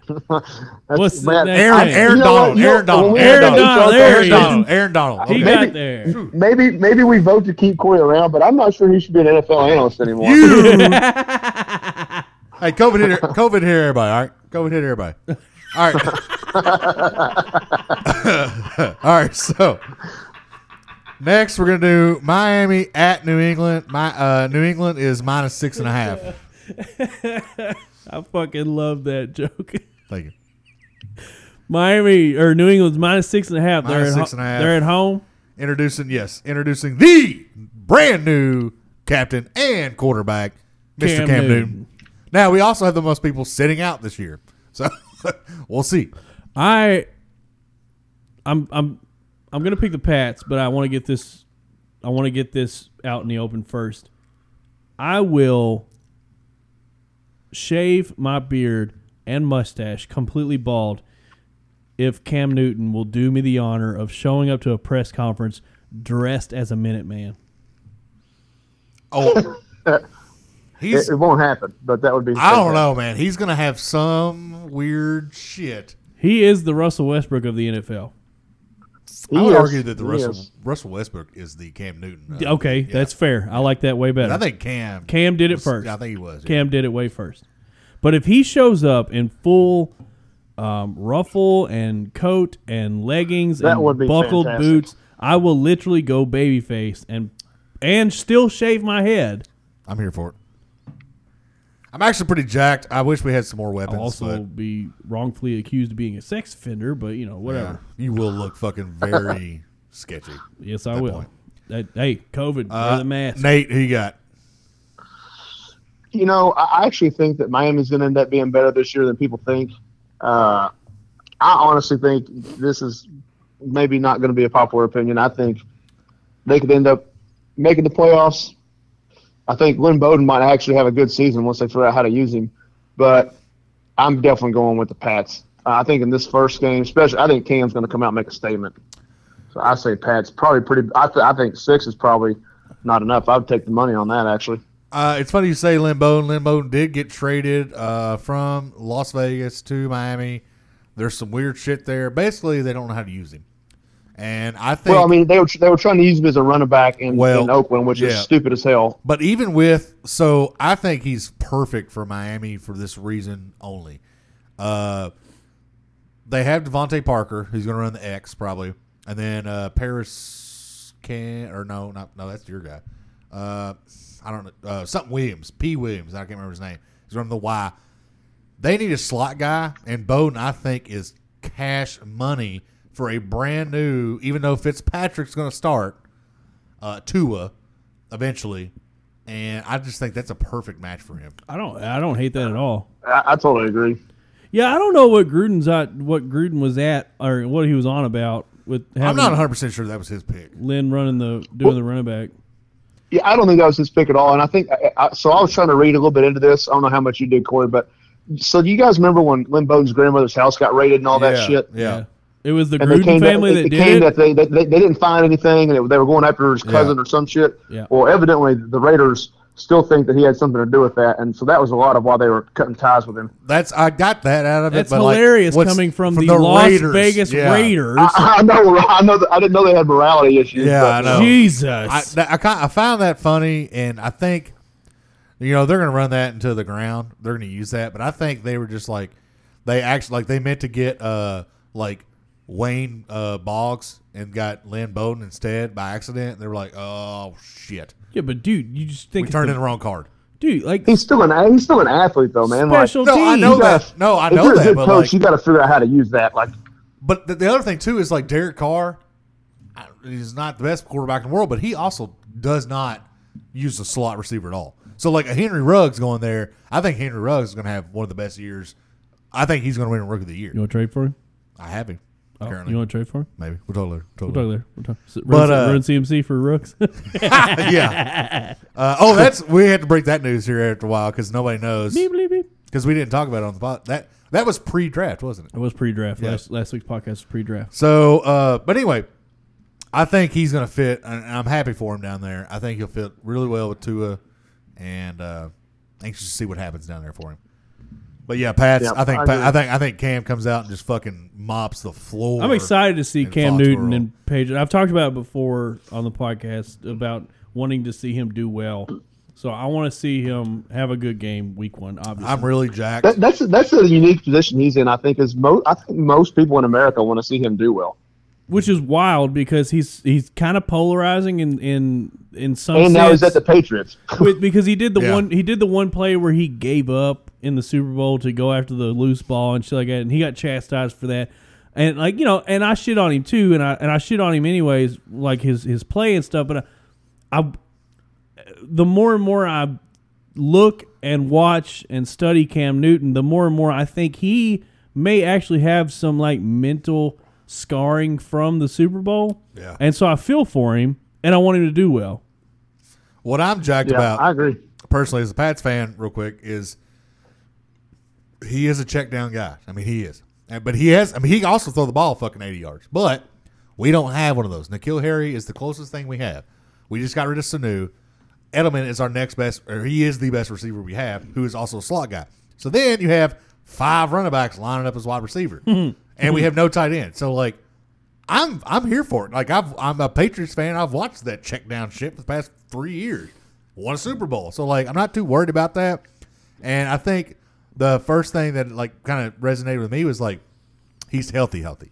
That's- What's the man, next- Aaron. Hey. Aaron You know Donald. what? You know- Aaron Donald. when we Aaron were talking Donald. about Aaron this- Donald. Aaron Donald. he Okay. got Maybe- there. Maybe maybe we vote to keep Corey around, but I'm not sure he should be an NFL analyst anymore. Hey, COVID hit. COVID hit everybody. All right. COVID hit everybody. All right. all right. So next we're gonna do Miami at New England. My uh, New England is minus six and a half. I fucking love that joke. Thank you. Miami or New England's minus six and a half. Minus they're at six and a half. They're at home. Introducing, yes, introducing the brand new captain and quarterback, Mr. Cam, Cam Newton. Newton. Now, we also have the most people sitting out this year. So we'll see. I, I'm I'm I'm gonna pick the Pats, but I want to get this I want to get this out in the open first. I will shave my beard and mustache completely bald if Cam Newton will do me the honor of showing up to a press conference dressed as a Minuteman. Oh, It, he's, it won't happen, but that would be. I don't know, man. He's going to have some weird shit. He is the Russell Westbrook of the NFL. He I would is. argue that the He Russell, is. Russell Westbrook is the Cam Newton. of- Okay, yeah. that's fair. I like that way better. I think Cam. Cam did it was- first. I think he was. yeah. Cam did it way first. But if he shows up in full um, ruffle and coat and leggings That and would be buckled fantastic. boots, I will literally go babyface and and still shave my head. I'm here for it. I'm actually pretty jacked. I wish we had some more weapons. I'll also but- be wrongfully accused of being a sex offender, but you know whatever. Yeah. You will look fucking very sketchy. Yes, I Good will. point. That, hey, COVID, wear Uh, the mask. Nate, who you got? You know, I I actually think that Miami's going to end up being better this year than people think. Uh, I honestly think this is maybe not going to be a popular opinion. I think they could end up making the playoffs. I think Lynn Bowden might actually have a good season once they figure out how to use him. But I'm definitely going with the Pats. Uh, I think in this first game, especially, I think Cam's going to come out and make a statement. So I say Pats probably pretty. I, th- I think six is probably not enough. I would take the money on that actually. Uh, it's funny you say Lynn Bowden. Lynn Bowden did get traded uh, from Las Vegas to Miami. There's some weird shit there. Basically, they don't know how to use him. And I think, Well, I mean, they were they were trying to use him as a running back in, Well, in Oakland, which yeah. is stupid as hell. but even with, so I think he's perfect for Miami for this reason only. Uh, they have Devontae Parker, who's going to run the X probably, and then uh, Paris can or no, not no, that's your guy. Uh, I don't know uh, something Williams, P Williams. I can't remember his name. He's running the Y. They need a slot guy, and Bowden I think is cash money for a brand new. Even though Fitzpatrick's going to start, uh, Tua eventually, and I just think that's a perfect match for him. I don't I don't hate that at all. I, I totally agree. Yeah, I don't know what Gruden's at, what Gruden was at or what he was on about with I'm having not 100 percent sure that was his pick. Lynn running the doing the running back. Yeah, I don't think that was his pick at all. And I think I, I, so. I was trying to read a little bit into this. I don't know how much you did, Corey, but so do you guys remember when Lynn Bowden's grandmother's house got raided and all that yeah, shit? Yeah. It was the And they Gruden came family that, that it did came it. that they, they, they didn't find anything and it, they were going after his cousin or some shit. Yeah. Well, evidently the Raiders still think that he had something to do with that, and so that was a lot of why they were cutting ties with him. That's I got that out of That's it. but, like, hilarious what's- coming from, the, Las Vegas yeah. Raiders. I, I know, I know, that, I didn't know they had morality issues. Yeah, but- I know. Jesus. I, that, I, ki- I found that funny, and I think, you know, they're going to run that into the ground. They're going to use that, but I think they were just like, they actually like they meant to get uh like Wayne uh Boggs and got Lynn Bowden instead by accident. They were like, oh shit, yeah, but dude, you just we think it's turned the- in the wrong card. dude, like He's still an he's still an athlete though, man. Like, special No, I teams. know you that. guys- No, I if know you're a that, good but coach, like, you got to figure out how to use that. Like, But the, the other thing too is like Derek Carr, I- he's not the best quarterback in the world, but he also does not use the slot receiver at all. So like a Henry Ruggs going there, I think Henry Ruggs is going to have one of the best years. I think he's going to win Rookie of the Year. You want to trade for him? I have him Oh, currently. you want to trade for him? Maybe we'll talk later. Talk later. We'll talk later. We'll talk. So, run, But, uh, run CMC for Rooks. yeah. Uh, oh, that's we had to break that news here after a while because nobody knows beep, beep, beep. because we didn't talk about it on the pod. That that was pre-draft, wasn't it? It was pre-draft. Last, last week's podcast was pre-draft. So, uh, but anyway, I think he's going to fit, and I'm happy for him down there. I think he'll fit really well with Tua, and uh, anxious to see what happens down there for him. But yeah, Pat's. Yeah, I think I I, Pat, agree. I think I think Cam comes out and just fucking mops the floor. I'm excited to see and Cam Foxborough. Newton and Page. I've talked about it before on the podcast about wanting to see him do well. So I want to see him have a good game week one. Obviously, I'm really jacked. that, that's that's a unique position he's in. I think is most I think most people in America want to see him do well. which is wild because he's he's kind of polarizing in in in some And sense. now he's at the Patriots. with, because he did the Yeah. one he did the one play where he gave up in the Super Bowl to go after the loose ball and shit like that, and he got chastised for that. And like you know, and I shit on him too, and I and I shit on him anyways, like his his play and stuff. But I, I the more and more I look and watch and study Cam Newton, the more and more I think he may actually have some like mental scarring from the Super Bowl. Yeah. And so I feel for him, and I want him to do well. what I'm jacked Yeah, about I agree. personally as a Pats fan, real quick, is he is a check down guy. I mean, he is. And- But he has, I mean, he can also throw the ball fucking 80 yards. But we don't have one of those. Nikhil Harry is the closest thing we have. We just got rid of Sanu. Edelman is our next best, or he is the best receiver we have, who is also a slot guy. So then you have five running backs lining up as wide receiver. and we have no tight end. So, like, I'm I'm here for it. Like I've I'm a Patriots fan. I've watched that check down shit for the past three years. Won a Super Bowl. So like I'm not too worried about that. And I think the first thing that like kind of resonated with me was like he's healthy, healthy.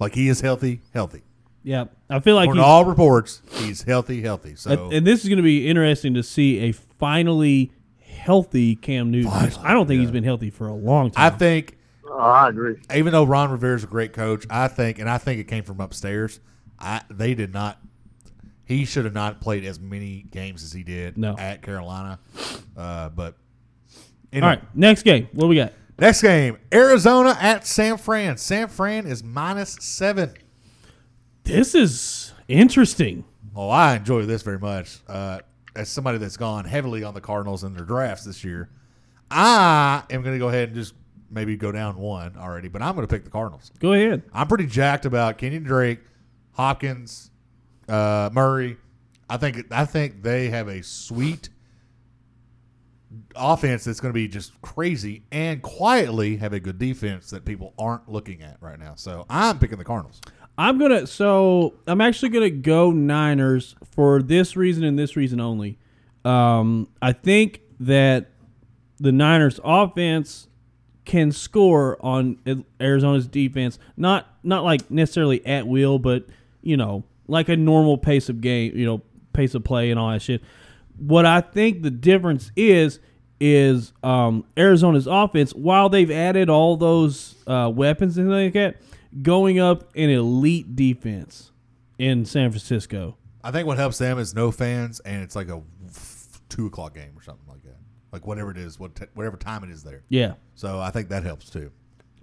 Like he is healthy, healthy. Yeah, I feel like According to he's, all reports, he's healthy, healthy. So and this is going to be interesting to see a finally healthy Cam Newton. I don't think he's been healthy for a long I time. think Oh, I agree. even though Ron Rivera's a great coach, I think, and I think it came from upstairs. I they did not. He should have not played as many games as he did No. at Carolina. Uh, but All anyway, right, next game. What do we got? next game: Arizona at San Fran. San Fran is minus seven. This is interesting. Oh, I enjoy this very much. Uh, as somebody that's gone heavily on the Cardinals in their drafts this year, I am going to go ahead and just maybe go down one already. But I'm going to pick the Cardinals. Go ahead. I'm pretty jacked about Kenyon Drake, Hopkins, uh, Murray. I think I think they have a sweet offense that's going to be just crazy and quietly have a good defense that people aren't looking at right now. So I'm picking the Cardinals. I'm gonna so I'm actually gonna go Niners for this reason and this reason only. Um, I think that the Niners offense can score on Arizona's defense, not not like necessarily at will, but you know, like a normal pace of game, you know, pace of play and all that shit. What I think the difference is is um, Arizona's offense, while they've added all those uh, weapons and things like that, going up an elite defense in San Francisco. I think what helps them is no fans, and it's like a f- two o'clock game or something like that. Like whatever it is, what t- whatever time it is there. Yeah, So I think that helps too.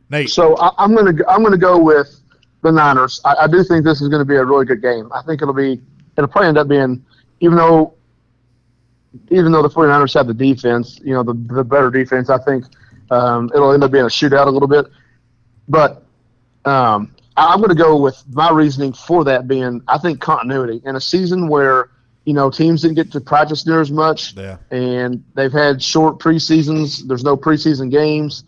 Nate, So I, I'm gonna go- I'm gonna go with the Niners. I, I do think this is gonna be a really good game. I think it'll be it'll probably end up being even though even though the 49ers have the defense, you know, the, the better defense, I think Um, it'll end up being a shootout a little bit, but um, I- I'm going to go with my reasoning for that being I think continuity in a season where you know teams didn't get to practice near as much Yeah. and they've had short preseasons. There's no preseason games.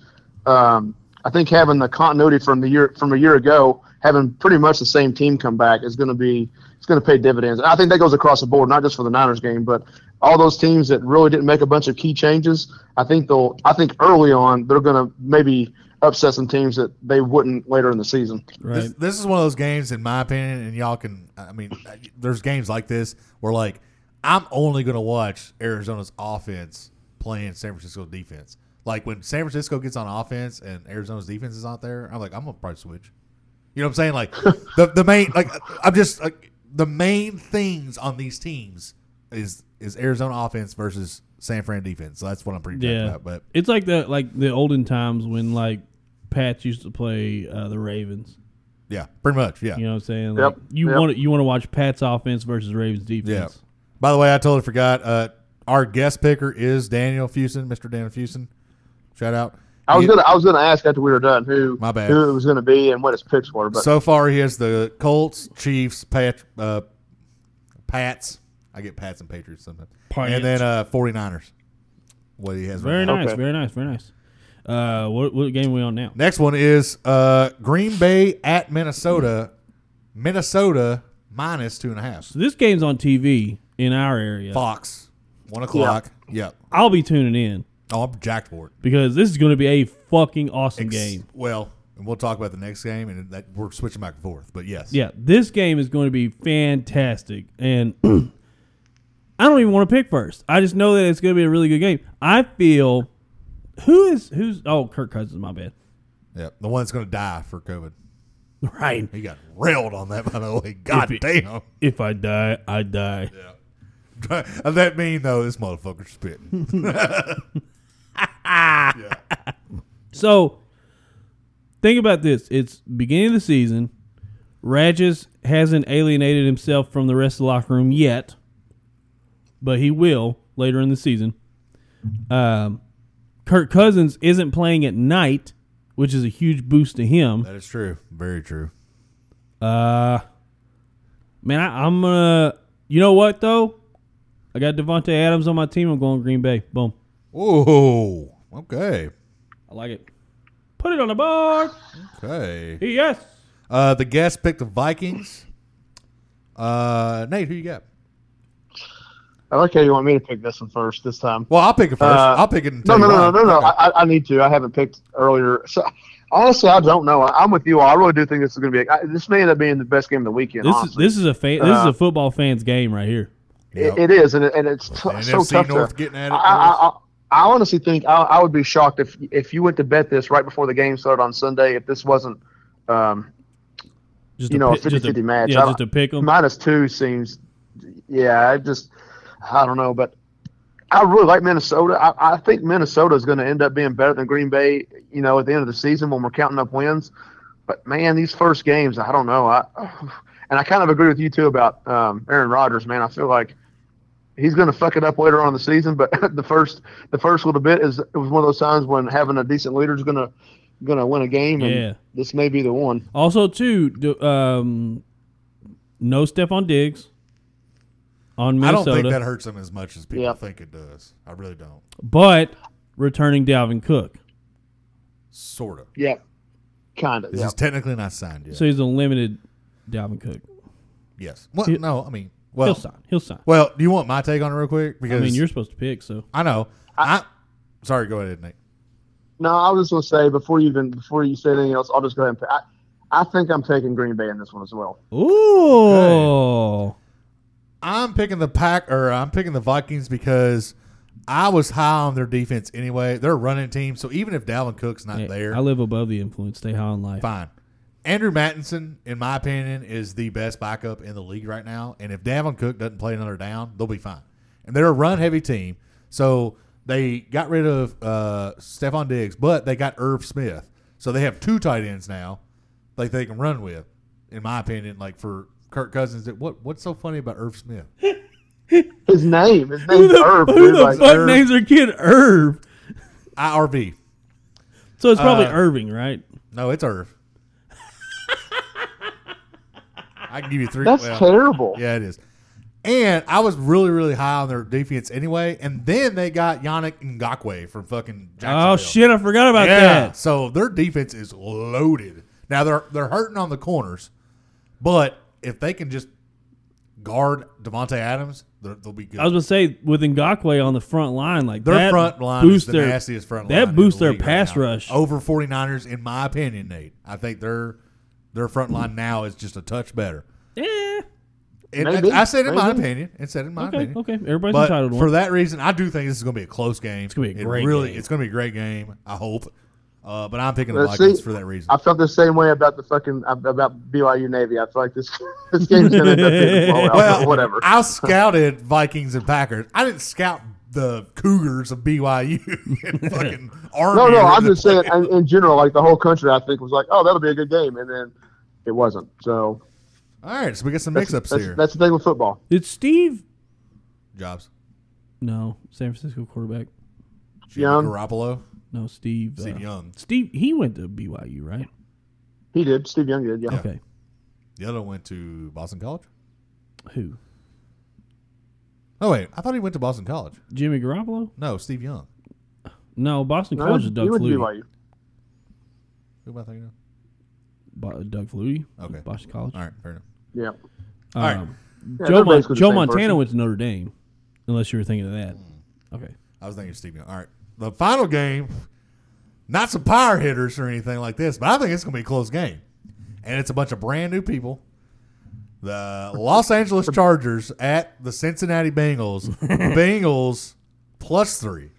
Um, I think having the continuity from the year from a year ago, having pretty much the same team come back is going to be it's going to pay dividends. I think that goes across the board, not just for the Niners game, but all those teams that really didn't make a bunch of key changes. I think they'll. I think early on they're going to maybe upset some teams that they wouldn't later in the season. Right. This, this is one of those games, in my opinion, and y'all can. I mean, there's games like this where, like, I'm only going to watch Arizona's offense playing San Francisco defense. Like when San Francisco gets on offense and Arizona's defense is out there, I'm like, I'm gonna probably switch. You know what I'm saying? Like the the main like I'm just like the main things on these teams is is Arizona offense versus San Fran defense. So that's what I'm pretty jacked Yeah. about. But It's like the like the olden times when like Pats used to play uh, the Ravens. yeah, pretty much. Yeah. You know what I'm saying? Yep. Like, You Yep. want to you want to watch Pat's offense versus Ravens defense. Yeah. By the way, I totally forgot. Uh, our guest picker is Daniel Fusen, Mr. Daniel Fusen. Shout out. I was He- gonna. I was gonna ask after we were done who My bad. who it was going to be and what his picks were, but So far, he has the Colts, Chiefs, Pat, uh, Pats. I get Pats and Patriots sometimes. Pats. And then uh, 49ers. What he has right Very now. nice, Okay. very nice, very nice. Uh, what what game are we on now? Next one is uh, Green Bay at Minnesota. Minnesota minus two and a half. So this game's on TV in our area. Fox, one o'clock. Yep. I'll be tuning in Oh, I'm jacked for it. because this is going to be a fucking awesome Ex- game. Well, and we'll talk about the next game, and that we're switching back and forth. But yes, Yeah, this game is going to be fantastic, and I don't even want to pick first. I just know that it's going to be a really good game. I feel who is who's oh Kirk Cousins, my bad. yeah, the one that's going to die for COVID. Right. He got railed on that, by the way. God If damn. If I die, I die. that mean though, this motherfucker's spitting. So think about this. It's beginning of the season. Rages hasn't alienated himself from the rest of the locker room yet, but he will later in the season. Um, Kirk Cousins isn't playing at night, which is a huge boost to him. that is true. Very true. Uh, man, I, I'm gonna. You know what though? I got Devonte Adams on my team. I'm going Green Bay. Boom. Whoa. Okay. I like it. Put it on the board. Okay. Yes. Uh, the guest picked the Vikings. Uh, Nate, who you got? I like how you want me to pick this one first this time. Well, I'll pick it first. Uh, I'll pick it. And No, tell no, you why. no, no, no, no. Okay. I, I- I need to. I haven't picked earlier. So honestly, I don't know. I, I'm with you all. I really do think this is going to be. I, this may end up being the best game of the weekend. This is honestly. this is a fan. This is Uh, a football fans game right here. Yep. It, it is, and, it, and it's t- And so NFC tough. North to, getting at it. I, I, I, I honestly think I, I would be shocked if if you went to bet this right before the game started on Sunday if this wasn't. Um, Just You a know, a pi- just 50-50 match. Yeah, I- just to pick them. minus two seems, yeah. I just, I don't know, but I really like Minnesota. I, I think Minnesota is going to end up being better than Green Bay. You know, at the end of the season when we're counting up wins, but man, these first games, I don't know. I and I kind of agree with you too about um, Aaron Rodgers. Man, I feel like he's going to fuck it up later on in the season. But the first, the first little bit is it was one of those times when having a decent leader is going to going to win a game. And Yeah. this may be the one. Also, too, do- um, no Stephon Diggs on I Minnesota, don't think that hurts them as much as people Yeah. think it does. I really don't. but returning Dalvin Cook, Sort of. Yeah, kind of. This Yeah. is technically not signed yet. so he's a limited Dalvin Cook. yes. Well, He- no, I mean, He'll well, sign. He'll sign. well, do you want my take on it real quick? I Because mean, you're supposed to pick, so I know. I, sorry. Go ahead, Nate. No, I was just gonna say before you even before you say anything else, I'll just go ahead and. Pick. I, I think I'm taking Green Bay in this one as well. ooh, I'm picking the pack, or I'm picking the Vikings because I was high on their defense anyway. They're a running team, so even if Dalvin Cook's not Hey, there, I live above the influence. Stay high on life. fine. Andrew Mattinson, in my opinion, is the best backup in the league right now. And if Dalvin Cook doesn't play another down, they'll be fine. And they're a run heavy team. So they got rid of uh, Stephon Diggs, but they got Irv Smith. So they have two tight ends now like they can run with, in my opinion. Like for Kirk Cousins, it- what what's so funny about Irv Smith? His name, his Who name's the, Irv. who dude, the like, fuck Irv. names their kid Irv? IRV. So it's probably Uh, Irving, right? No, it's Irv. I can give you three. That's well, terrible. Yeah, it is. And I was really, really high on their defense anyway. And then they got Yannick Ngakwe from fucking Jacksonville. Oh shit, I forgot about Yeah. that. So their defense is loaded. Now they're they're hurting on the corners, but if they can just guard Devonte Adams, they're- they'll be good. I was gonna say with Ngakwe on the front line, like their that front line is boosts the their, nastiest front line. that in boosts the their league pass right now. rush. over 49ers in my opinion, Nate. I think their their front line now is just a touch better. Yeah. And Maybe. I, I said in my Maybe. opinion. It said in my Okay. opinion. Okay. Everybody's But entitled to for one. that reason, I do think this is going to be a close game. It's gonna be a great really, game. It's going to be a great game. I hope. Uh, but I'm picking the Let's Vikings see. for that reason. I felt the same way about the fucking about BYU Navy. I feel like this this game's gonna end up being a blowout, well, but whatever. I scouted Vikings and Packers. I didn't scout the Cougars of BYU and fucking Army. No, no, or I'm the- just saying in, in general, like the whole country, I think was like, oh, that'll be a good game, and then it wasn't. So All right, so we got some that's, mix-ups that's, here. that's the thing with football. Did Steve? Jobs, No, San Francisco quarterback. Jimmy Young. Garoppolo, No, Steve. uh, Steve Young. Steve. He went to BYU, right? He did. Steve Young did. Yeah. Okay. The other went to Boston College. Who? Oh wait, I thought he went to Boston College. Jimmy Garoppolo? No, Steve Young. No, Boston No, College he is Doug went to Flutie. BYU. Who am I thinking of? Bo- Doug Flutie. Okay. Boston College. All right, fair enough. Yeah. All right. Um, Yeah, Joe, they're Mon- basically the Joe same Montana person. went to Notre Dame, unless you were thinking of that. Hmm. Okay. I was thinking of Steve Young. All right, the final game, not some power hitters or anything like this, but I think it's going to be a close game, and it's a bunch of brand new people. The Los Angeles Chargers at the Cincinnati Bengals. Bengals plus three.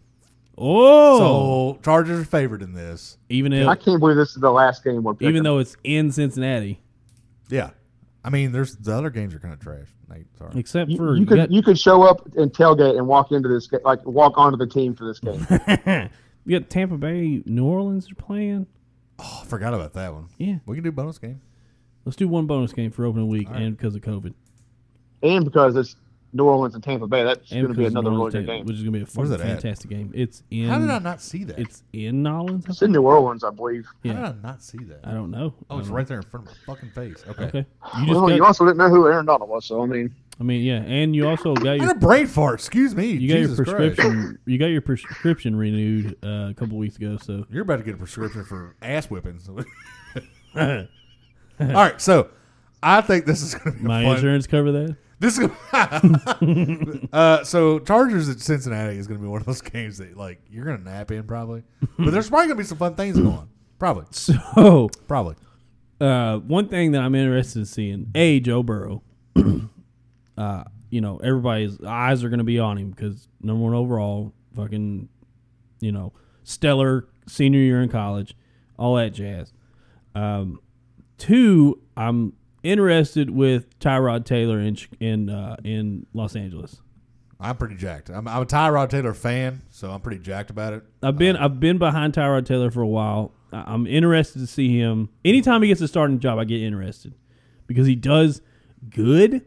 Oh, So Chargers are favored in this. even if, I can't believe this is the last game we're picking. even though it's in Cincinnati, Yeah, I mean, there's the other games are kind of trash. Nate, sorry. except You- for you could got- you could show up and tailgate and walk into this game, like walk onto the team for this game. You got Tampa Bay, New Orleans are playing. Oh, I forgot about that one. Yeah. we can do bonus game. Let's do one bonus game for opening week and because of COVID. and because it's New Orleans and Tampa Bay, that's And going to be because of another New really Orleans, good Tampa, game. Which is going to be a Where's fun, that at? fantastic game. It's in How did I not see that? it's in Nolens. I It's in think? New Orleans, I believe. How did yeah. I not see that? I don't know. Oh, it's I don't right there in front of my fucking face. Okay. know. Okay. You just Well, got- you also didn't know who Aaron Donald was, so I mean, I mean, yeah, and you also got I your had a brain fart. Excuse me. you got Jesus your Christ. prescription you got your prescription renewed uh, a couple weeks ago. So You're about to get a prescription for ass whippings. All right, so I think this is going to be my a fun. insurance cover that. This is gonna- uh, so Chargers at Cincinnati is going to be one of those games that like you're going to nap in probably, but there's probably going to be some fun things going on. Probably, So probably. uh, one thing that I'm interested in seeing a Joe Burrow. uh, you know, everybody's eyes are going to be on him because number one overall, fucking, you know, stellar senior year in college, all that jazz. Um, two, I'm interested with Tyrod Taylor in Ch- in uh, in Los Angeles. I'm pretty jacked. I'm, I'm a Tyrod Taylor fan, so I'm pretty jacked about it. I've been Uh, I've been behind Tyrod Taylor for a while. I- I'm interested to see him. Anytime he gets a starting job, I get interested because he does good.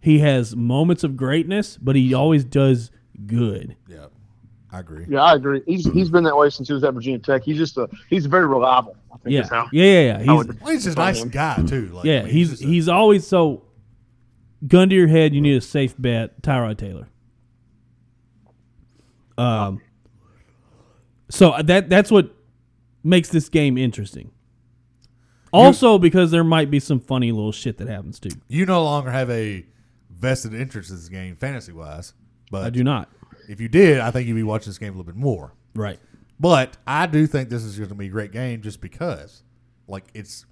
He has moments of greatness, but he always does good. Yeah, I agree. yeah, I agree. He's he's been that way since he was at Virginia Tech. He's just a he's very reliable. I think Yeah, is how. yeah, yeah, yeah. He's, would- Well, he's just a nice guy too. Like, I yeah, mean, he's just a- he's always so. Gun to your head, you need a safe bet. Tyrod Taylor. Um. So that that's what makes this game interesting. Also, because there might be some funny little shit that happens too. you no longer have a vested interest in this game fantasy wise, but I do not. if you did, I think you'd be watching this game a little bit more. Right. But I do think this is going to be a great game just because, like, it's.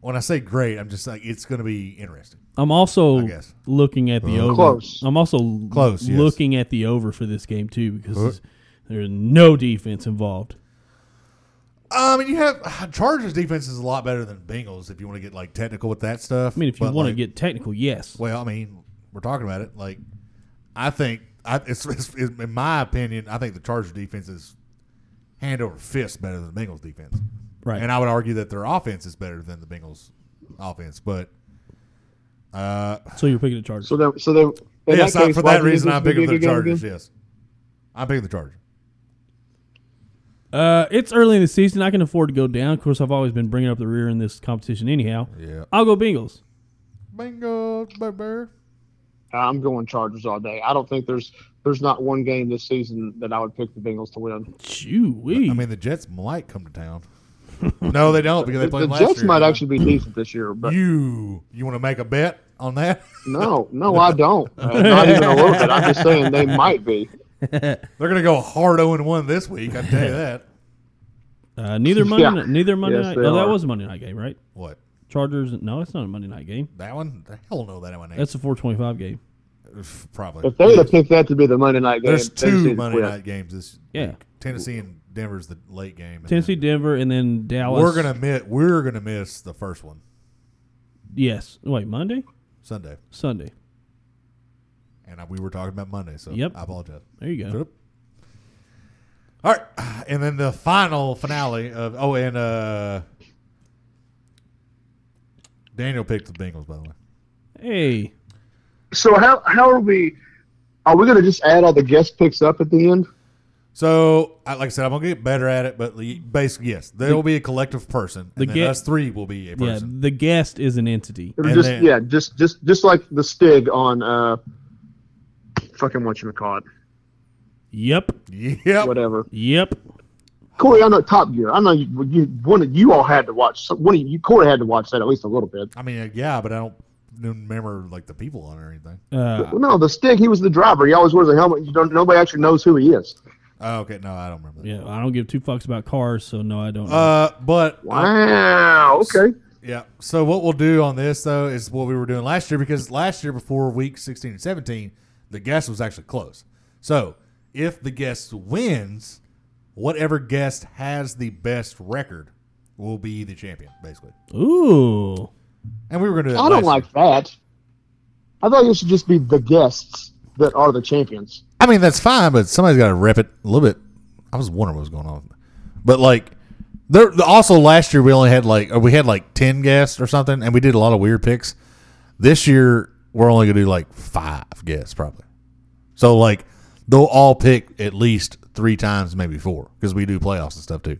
When I say great, I'm just like it's going to be interesting. I'm I also guess. Uh-huh. looking at the over. Close. I'm also Close, yes. Uh-huh. looking at the over for this game too because there's no defense involved. I mean, you have Chargers defense is a lot better than Bengals if you want to get like technical with that stuff. I mean, if you want to get. get technical, yes. Well, I mean, we're talking about it. Like, I think I, it's, it's, it's in my opinion, I think the Chargers defense is hand over fist better than the Bengals defense. Right. And I would argue that their offense is better than the Bengals offense. But uh, So you're picking the Chargers. So then, so then, in yes, that I, case, for why that do you reason, think I'm this would picking be a the good game Chargers. again? Yes, I'm picking the Chargers. Uh, it's early in the season. I can afford to go down. Of course, I've always been bringing up the rear in this competition. Anyhow, Yeah. I'll go Bengals. Bingo, baby. I'm going Chargers all day. I don't think there's there's not one game this season that I would pick the Bengals to win. Chew I mean, the Jets might come to town. no, they don't because they The, played the last Jets year. might actually be decent this year, but You you want to make a bet on that? no, no, I don't. Uh, not even a little bit. I'm just saying they might be. They're gonna go hard zero one this week. I tell you that. Uh, neither Monday, Yeah. night, neither Monday Yes, night. they Oh, that are. was a Monday night game, right? What Chargers. No, it's not a Monday night game. that one? The hell no, that one. ain't. That's a 425 game. That's probably. If they would have picked that to be the Monday night game, There's Tennessee'd two have Monday quit. night games this. Yeah. Tennessee and Denver's the late game. and Tennessee, Denver, and then then Dallas. We're gonna miss. We're gonna miss the first one Yes. Wait, Monday? Sunday, Sunday. and I, we were talking about Monday. So Yep. I apologize. There you go. Yep. All right, and then the final finale of oh, and uh, Daniel picked the Bengals. By the way, Hey. So how how are we? Are we going to just add all the guest picks up at the end? so I, like I said, I'm gonna get better at it, but the- basically, yes, there will be a collective person, The and then ga- us three will be a Yeah, person. the guest is an entity. It'll And just then- yeah, just just just like the Stig on uh, fucking what you call it, Yep. Yep. whatever. Yep. Corey, I know Top Gear. I know you, you one of you all had to watch. so- One of you, Corey, had to watch that at least a little bit. I mean, uh, yeah, but I don't remember like the people on it or anything. Uh, Well, no, the Stig, he was the driver. He always wears a helmet. You don't. Nobody actually knows who he is. Oh, okay, no, I don't remember. That. yeah, I don't give two fucks about cars, so no, I don't. know. Uh, but Wow. Okay. Yeah. So what we'll do on this though is what we were doing last year because last year before week 16 and 17, the guest was actually close. So if the guest wins, whatever guest has the best record will be the champion, basically. Ooh. And we were going to do that. I don't last like year. that. I thought it should just be the guests that are the champions. I mean, that's fine, but somebody's got to rep it a little bit. I was wondering what was going on, but like. There, also last year we only had like or we had like 10 guests or something and we did a lot of weird picks this year we're only gonna do like five guests probably so like they'll all pick at least three times maybe four because we do playoffs and stuff too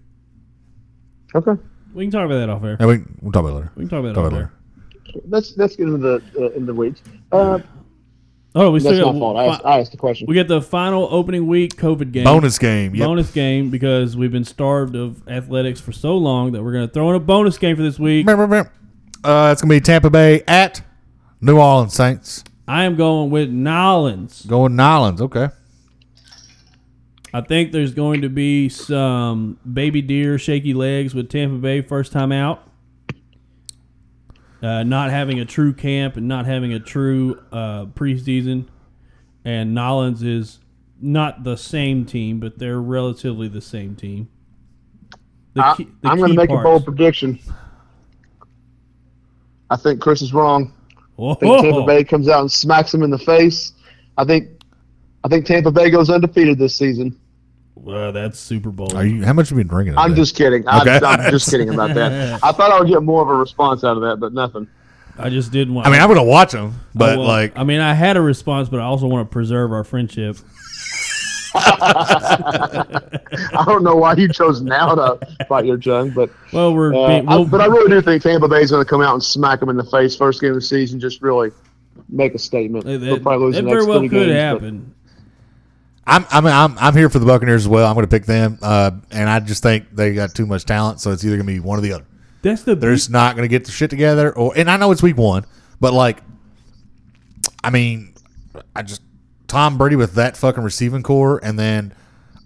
Okay. We can talk about that off air. and we, we'll talk about it later We can talk about that talk off about it air. later Let's let's get into the uh, in the week. Uh, Oh, we that's still got, my fault. I asked, I asked the question. we got the final opening week COVID game. bonus game yep. Bonus game because we've been starved of athletics for so long that we're going to throw in a bonus game for this week. Bam, bam, bam. uh, it's gonna be Tampa Bay at New Orleans Saints I am going with Nolans. going Nolans okay I think there's going to be some baby deer shaky legs with Tampa Bay first time out. Uh, not having a true camp and not having a true uh, preseason. And Nolans is not the same team, but they're relatively the same team. The I, key- the I'm going key to make parts. a bold prediction. I think Chris is wrong. I think Whoa. Tampa Bay comes out and smacks him in the face. I think I think Tampa Bay goes undefeated this season. Well, that's Super Bowl. are you how much have you been drinking I'm today? just kidding. I, Okay. I'm just kidding about that. I thought I would get more of a response out of that, but nothing. I just did one. I mean I'm gonna watch them but Oh, Well, like I mean, I had a response, but I also want to preserve our friendship. I don't know why you chose now to bite your tongue, but Well, we're uh, being, I, we'll, but I really do think Tampa Bay's going to come out and smack them in the face first game of the season. Just really make a statement. that, They'll probably lose that the very next well three could games, but- happen. I'm I'm I'm I'm here for the Buccaneers as well. I'm going to pick them, uh, and I just think they got too much talent, so it's either going to be one or the other. That's the They're just not going to get their shit together, or and I know it's week one, but like, I mean, I just Tom Brady with that fucking receiving core, and then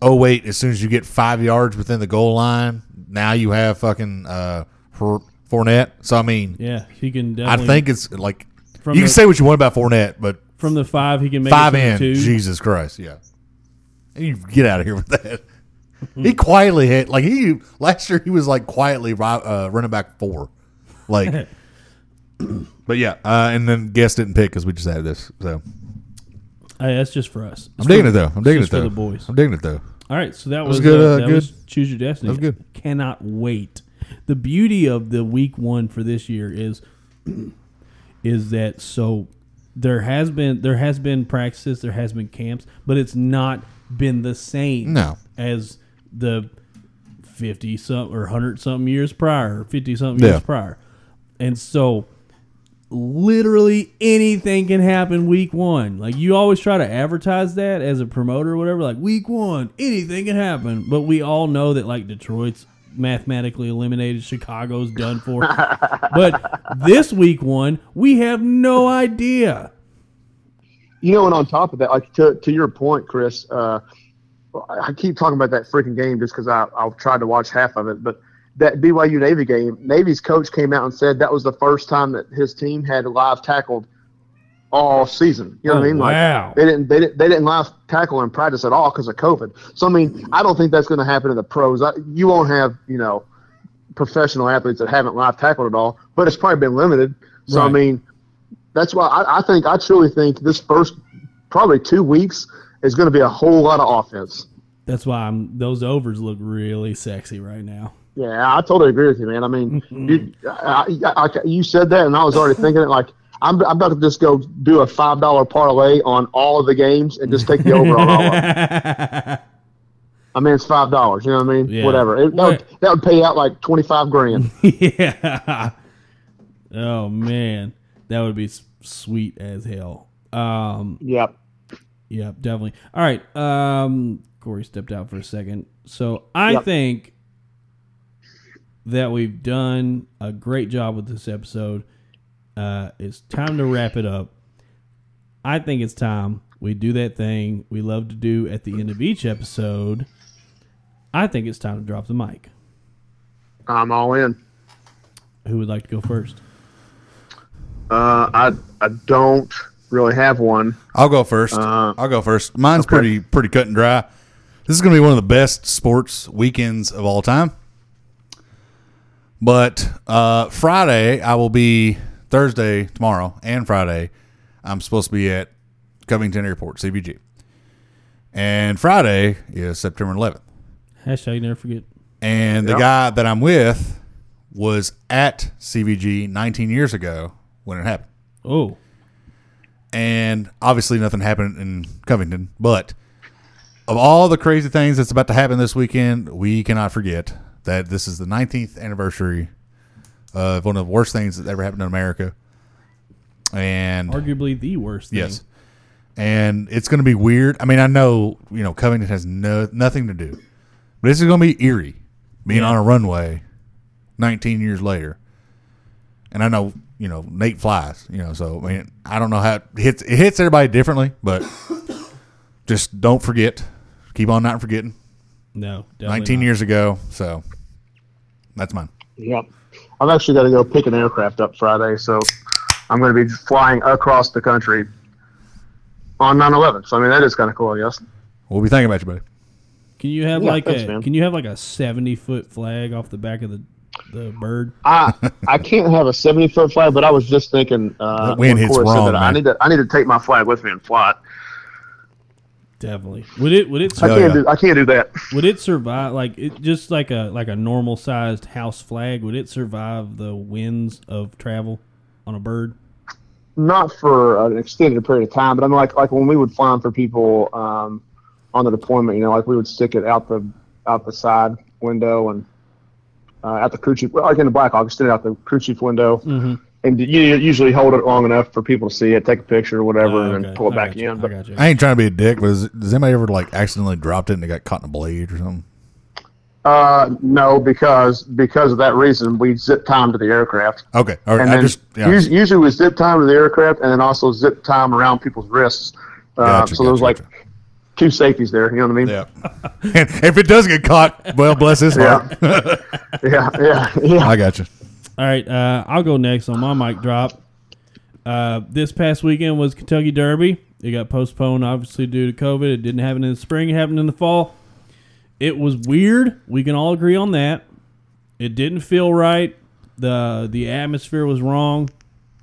oh wait, as soon as you get five yards within the goal line, now you have fucking uh, Four- Fournette. So I mean, yeah. He can I definitely. think it's like From you can the- say what you want about Fournette, but from the five he can make five it to the in. two. Jesus Christ, yeah. And you get out of here with that. Mm-hmm. he quietly hit like he last year. He was like quietly ri- uh, running back four, like. but yeah, uh, and then guest didn't pick because we just had this. So Hey, that's just for us. I'm digging it though. I'm digging it just for though. the boys. I'm digging it though. All right, so that was, was good, uh, uh, that good. was choose your destiny. That was good. Cannot wait. The beauty of the week one for this year is is that so there has been there has been practices, there has been camps, but it's not been the same No. as the fifty something or hundred something years prior, or fifty something years Yeah. prior, and so literally anything can happen week one. Like you always try to advertise that as a promoter or whatever. Like week one, anything can happen. But we all know that like Detroit's mathematically eliminated, Chicago's done for. but this week one, we have no idea. You know, and on top of that, like to, to your point, Chris, uh, I I keep talking about that freaking game just because I I've tried to watch half of it, but that BYU Navy game, Navy's coach came out and said that was the first time that his team had live tackled all season. You know what I Oh, mean? wow. They didn't they didn't they didn't live tackle in practice at all because of COVID. So I mean, I don't think that's going to happen to the pros. I, you won't have you know professional athletes that haven't live tackled at all, but it's probably been limited. So I Right. mean, that's why I, I think I truly think this first probably two weeks is going to be a whole lot of offense. That's why I'm, those overs look really sexy right now. Yeah, I totally agree with you, man. I mean, you, I, I, I- you said that, and I was already thinking it. Like, I'm, I'm about to just go do a five dollar parlay on all of the games and just take the over on all of them. I mean, it's five dollars. You know what I mean? Yeah. Whatever. It, that, would, that would pay out like twenty five grand. yeah. Oh man, that would be s- sweet as hell. Um, yep. yeah, definitely. All right. Um, Corey stepped out for a second, so I Yep. think that we've done a great job with this episode. Uh, it's time to wrap it up. I think it's time we do that thing we love to do at the end of each episode. I think it's time to drop the mic. I'm all in. Who would like to go first? Uh, I I don't really have one. I'll go first. I'll go first. Mine's pretty pretty cut and dry. This is going to be one of the best sports weekends of all time. But uh, Friday, I will be Thursday tomorrow and Friday. I'm supposed to be at Covington Airport, CBG, and Friday is September 11th. Hashtag never forget. And the guy that I'm with was at CBG 19 years ago when it happened. Oh, and obviously nothing happened in Covington. But of all the crazy things that's about to happen this weekend, we cannot forget that this is the 19th anniversary of one of the worst things that ever happened in America. And arguably the worst. Thing. yes, and it's going to be weird. I mean, I know you know Covington has no nothing to do, but this is going to be eerie being on a runway 19 years later. And I know you know Nate flies, you know, so I mean I don't know how it hits it hits everybody differently, but just don't forget, keep on not forgetting. No. Definitely 19 not. years ago, so that's mine. Yep. I've actually got to go pick an aircraft up Friday, so I'm going to be flying across the country on 9/11. So I mean, that is kind of cool, I guess. We'll be thinking about you, buddy. Can you have Yeah, like thanks, a man. Can you have like a seventy foot flag off the back of the the bird? I I can't have a 70 foot flag, but I was just thinking. Uh, That wind when hits Corey said wrong, that, I man. need to I need to take my flag with me and fly. it. Definitely. Would it Would it I Yeah. sur- Hell can't do I can't do that. Would it survive like it just like a like a normal sized house flag? Would it survive the winds of travel on a bird? Not for an extended period of time, but I'm like like when we would fly for people um, on the deployment, you know, like we would stick it out the out the side window and uh, out the crew chief, well, like in the Black Hawk, stick it out the crew chief window. Mm-hmm. and you usually hold it long enough for people to see it, take a picture or whatever, Oh, and Oh, okay. then pull it I back got you. in. I But got you. I ain't trying to be a dick, but is, does anybody ever like accidentally dropped it and it got caught in a blade or something? uh, no, because because of that reason, we zip time to the aircraft, Okay, all right. and I then just yeah. us- usually we zip time to the aircraft, and then also zip time around people's wrists. Uh, Gotcha, so there's gotcha, like two safeties there. You know what I mean? Yeah. and if it does get caught, well, bless his heart. yeah, yeah, yeah. I got you. All right, uh, I'll go next on my mic drop. Uh, this past weekend was Kentucky Derby. It got postponed, obviously, due to COVID. It didn't happen in the spring, it happened in the fall. It was weird. We can all agree on that. It didn't feel right. The the atmosphere was wrong,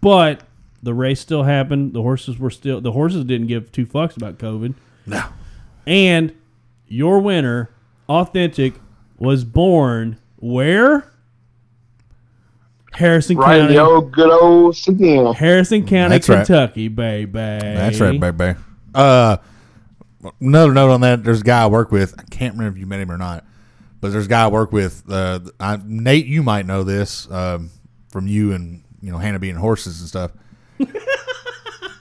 but the race still happened. The horses were still the horses didn't give two fucks about COVID. No. And your winner, Authentic, was born where? Harrison Right, in County. the old good old Savannah. Harrison County, That's right. Kentucky, baby. That's right, baby. Uh, another note on that. There's a guy I work with. I can't remember if you met him or not, But there's a guy I work with, uh, I, Nate. You might know this um, from you and you know Hannah being horses and stuff.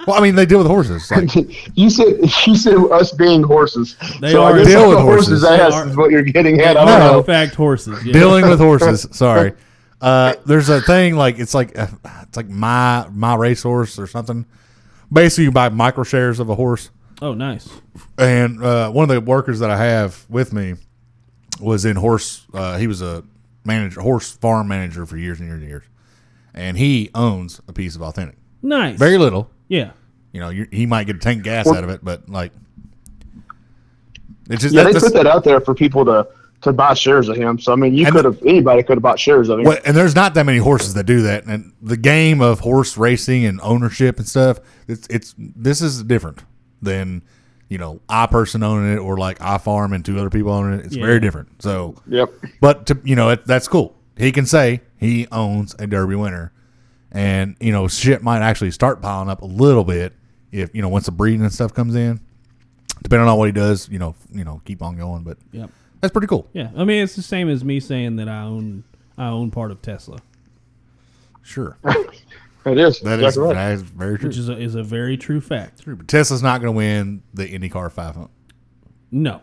well, I mean, they deal with horses. Like, you said you said us being horses. They so are. I guess Deal like with a horses. horse's ass They are. is what you're getting at. I They don't are, know. in fact, horses. Yeah. dealing with horses. Sorry. Uh, there's a thing like it's like uh, it's like my my racehorse or something. Basically, you buy micro shares of a horse, Oh, nice. and uh, one of the workers that I have with me was in horse. Uh, he was a manager, horse farm manager for years and years and years, and he owns a piece of authentic. Nice. Very little, yeah. you know. you he might get a tank of gas out of it, but like, it's just Yeah, that- they that's- put that out there for people to to buy shares of him. So I mean, you And could have anybody could have bought shares of him. Well, and there's not that many horses that do that. And the game of horse racing and ownership and stuff, it's it's this is different than you know I person owning it or like I farm and two other people owning it. It's Yeah. very different. So, Yep. but to, you know it, that's cool. He can say he owns a Derby winner, and you know shit might actually start piling up a little bit if you know once the breeding and stuff comes in. Depending on what he does, you know, you know, keep on going. But Yep. that's pretty cool. Yeah. I mean, it's the same as me saying that I own I own part of Tesla, Sure, It is. that exactly is right. that is very true. which is a, is a very true fact. True, but Tesla's not going to win the IndyCar 500. No.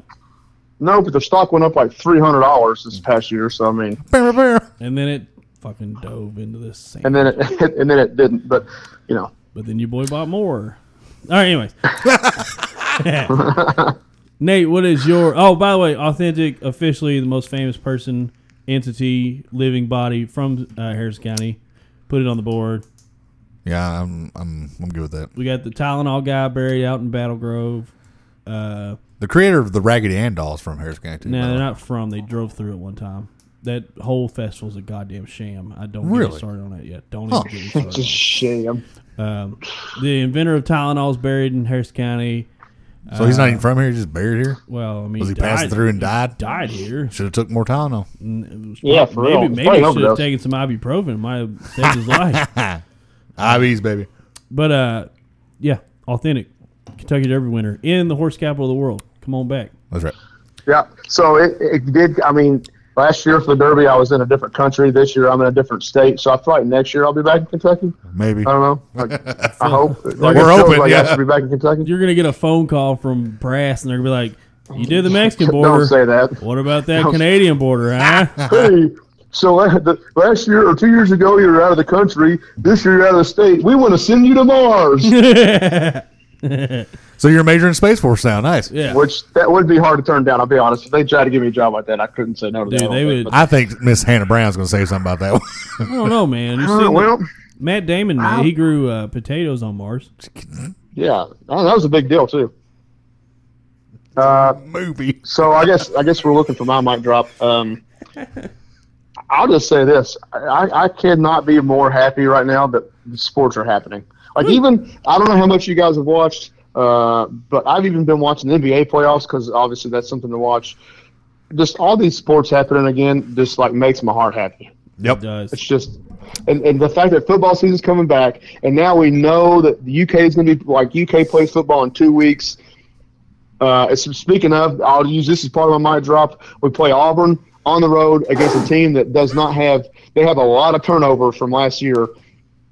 No, but their stock went up like three hundred dollars this past year. So I mean, And then it fucking dove into this sand. and then it and then it didn't. But you know, But then your boy bought more. All right, anyways. Nate, what is your Oh, by the way, authentic officially the most famous person, entity, living body from uh, Harris County. Put it on the board. Yeah, I'm I'm I'm good with that. We got the Tylenol guy buried out in Battle Grove. Uh, The creator of the Raggedy Ann dolls from Harris County. too, by no, the they're way. not from. They drove through it one time. That whole festival's a goddamn sham. I don't get me Really? started on that yet. Don't Huh. even get me started. it's a shame. Um, the inventor of Tylenol's buried in Harris County. so he's not even from here. He's just buried here. Well, I mean, Was Uh, he died- passing through and died? died here. Should have took more Tylenol. Yeah, for maybe, real. Maybe Probably he should have overdose. taken some ibuprofen. It Might have saved his life. IVs, baby. But uh, yeah, authentic Kentucky Derby winner in the horse capital of the world. Come on back. That's right. Yeah. So it, it did. I mean, last year for the Derby, I was in a different country. This year, I'm in a different state. So I feel like next year I'll be back in Kentucky. Uh, Maybe. I don't know. Like, I hope. Like, We're it feels open, Like yeah. I should be back in Kentucky. You're gonna get a phone call from Brass, and they're gonna be like, "You did the Mexican border. Don't say that. What about that Canadian border, huh?" hey, so la- the, last year or two years ago, you were out of the country. This year, you're out of the state. We want to send you to Mars, So you're a major in Space Force now. Nice. yeah. which that would be hard to turn down. I'll be honest. If they tried to give me a job like that, I couldn't say no to Dude, that. I don't they think. would- But- I think Miss Hannah Brown's going to say something about that one. I don't know, man. You Uh, seen well, Matt Damon, man, he grew uh, potatoes on Mars. yeah, I don't know, that was a big deal too. Uh, Movie. so I guess I guess we're looking for my mic drop. Um, I'll just say this: I, I cannot be more happy right now that the sports are happening. Like even I don't know how much you guys have watched, uh, but I've even been watching the NBA playoffs because obviously that's something to watch. Just all these sports happening again, just like makes my heart happy. Yep. Does It's just, and, and the fact that football season's coming back, and now we know that the UK is going to be like UK plays football in two weeks. Uh, it's- speaking of, I'll use this as part of my mic drop. We play Auburn on the road against a team that does not have. They have a lot of turnover from last year.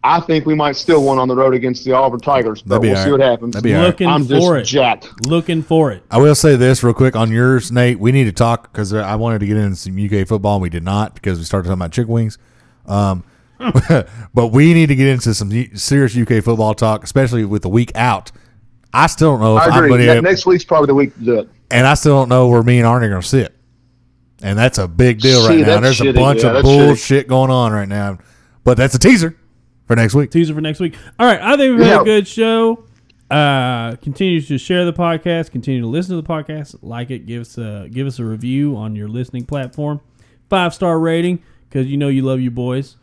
I think we might still win on the road against the Auburn Tigers, That'd but be we'll all see right. what happens. That'd be all right. looking I'm just for it? jacked. Looking for it. I will say this real quick on yours, Nate. We need to talk because I wanted to get into some UK football and we did not because we started talking about chick wings. Um, but we need to get into some u- serious UK football talk, especially with the week out. I still don't know if I I'm agree. gonna- Ne- next week's probably the week to do it. and I still don't know where me and Arnie are going to sit. And that's a big deal right Shit, now. that's There's a shitty. bunch Yeah, of that's shitty. bullshit going on right now, but that's a teaser for next week. teaser for next week. All right, I think we've had Yeah. a good show. Uh, continue to share the podcast. Continue to listen to the podcast. Like it. Give us a give us a review on your listening platform. Five star rating because you know you love you boys.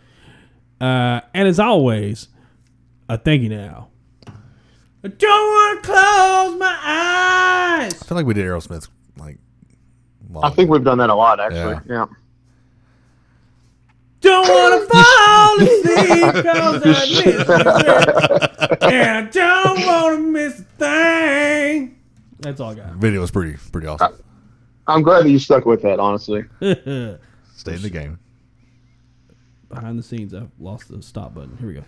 Uh, and as always, I thank you now. I don't want to close my eyes. I feel like we did Aerosmith. Like, long I think we've done that a lot, actually. Yeah. yeah. Don't want to fall asleep because I miss you. And I don't want to miss a thing. That's all I got. video was pretty pretty awesome. I'm glad that you stuck with that. Honestly, Stay in the game. Behind the scenes, I've lost the stop button. Here we go.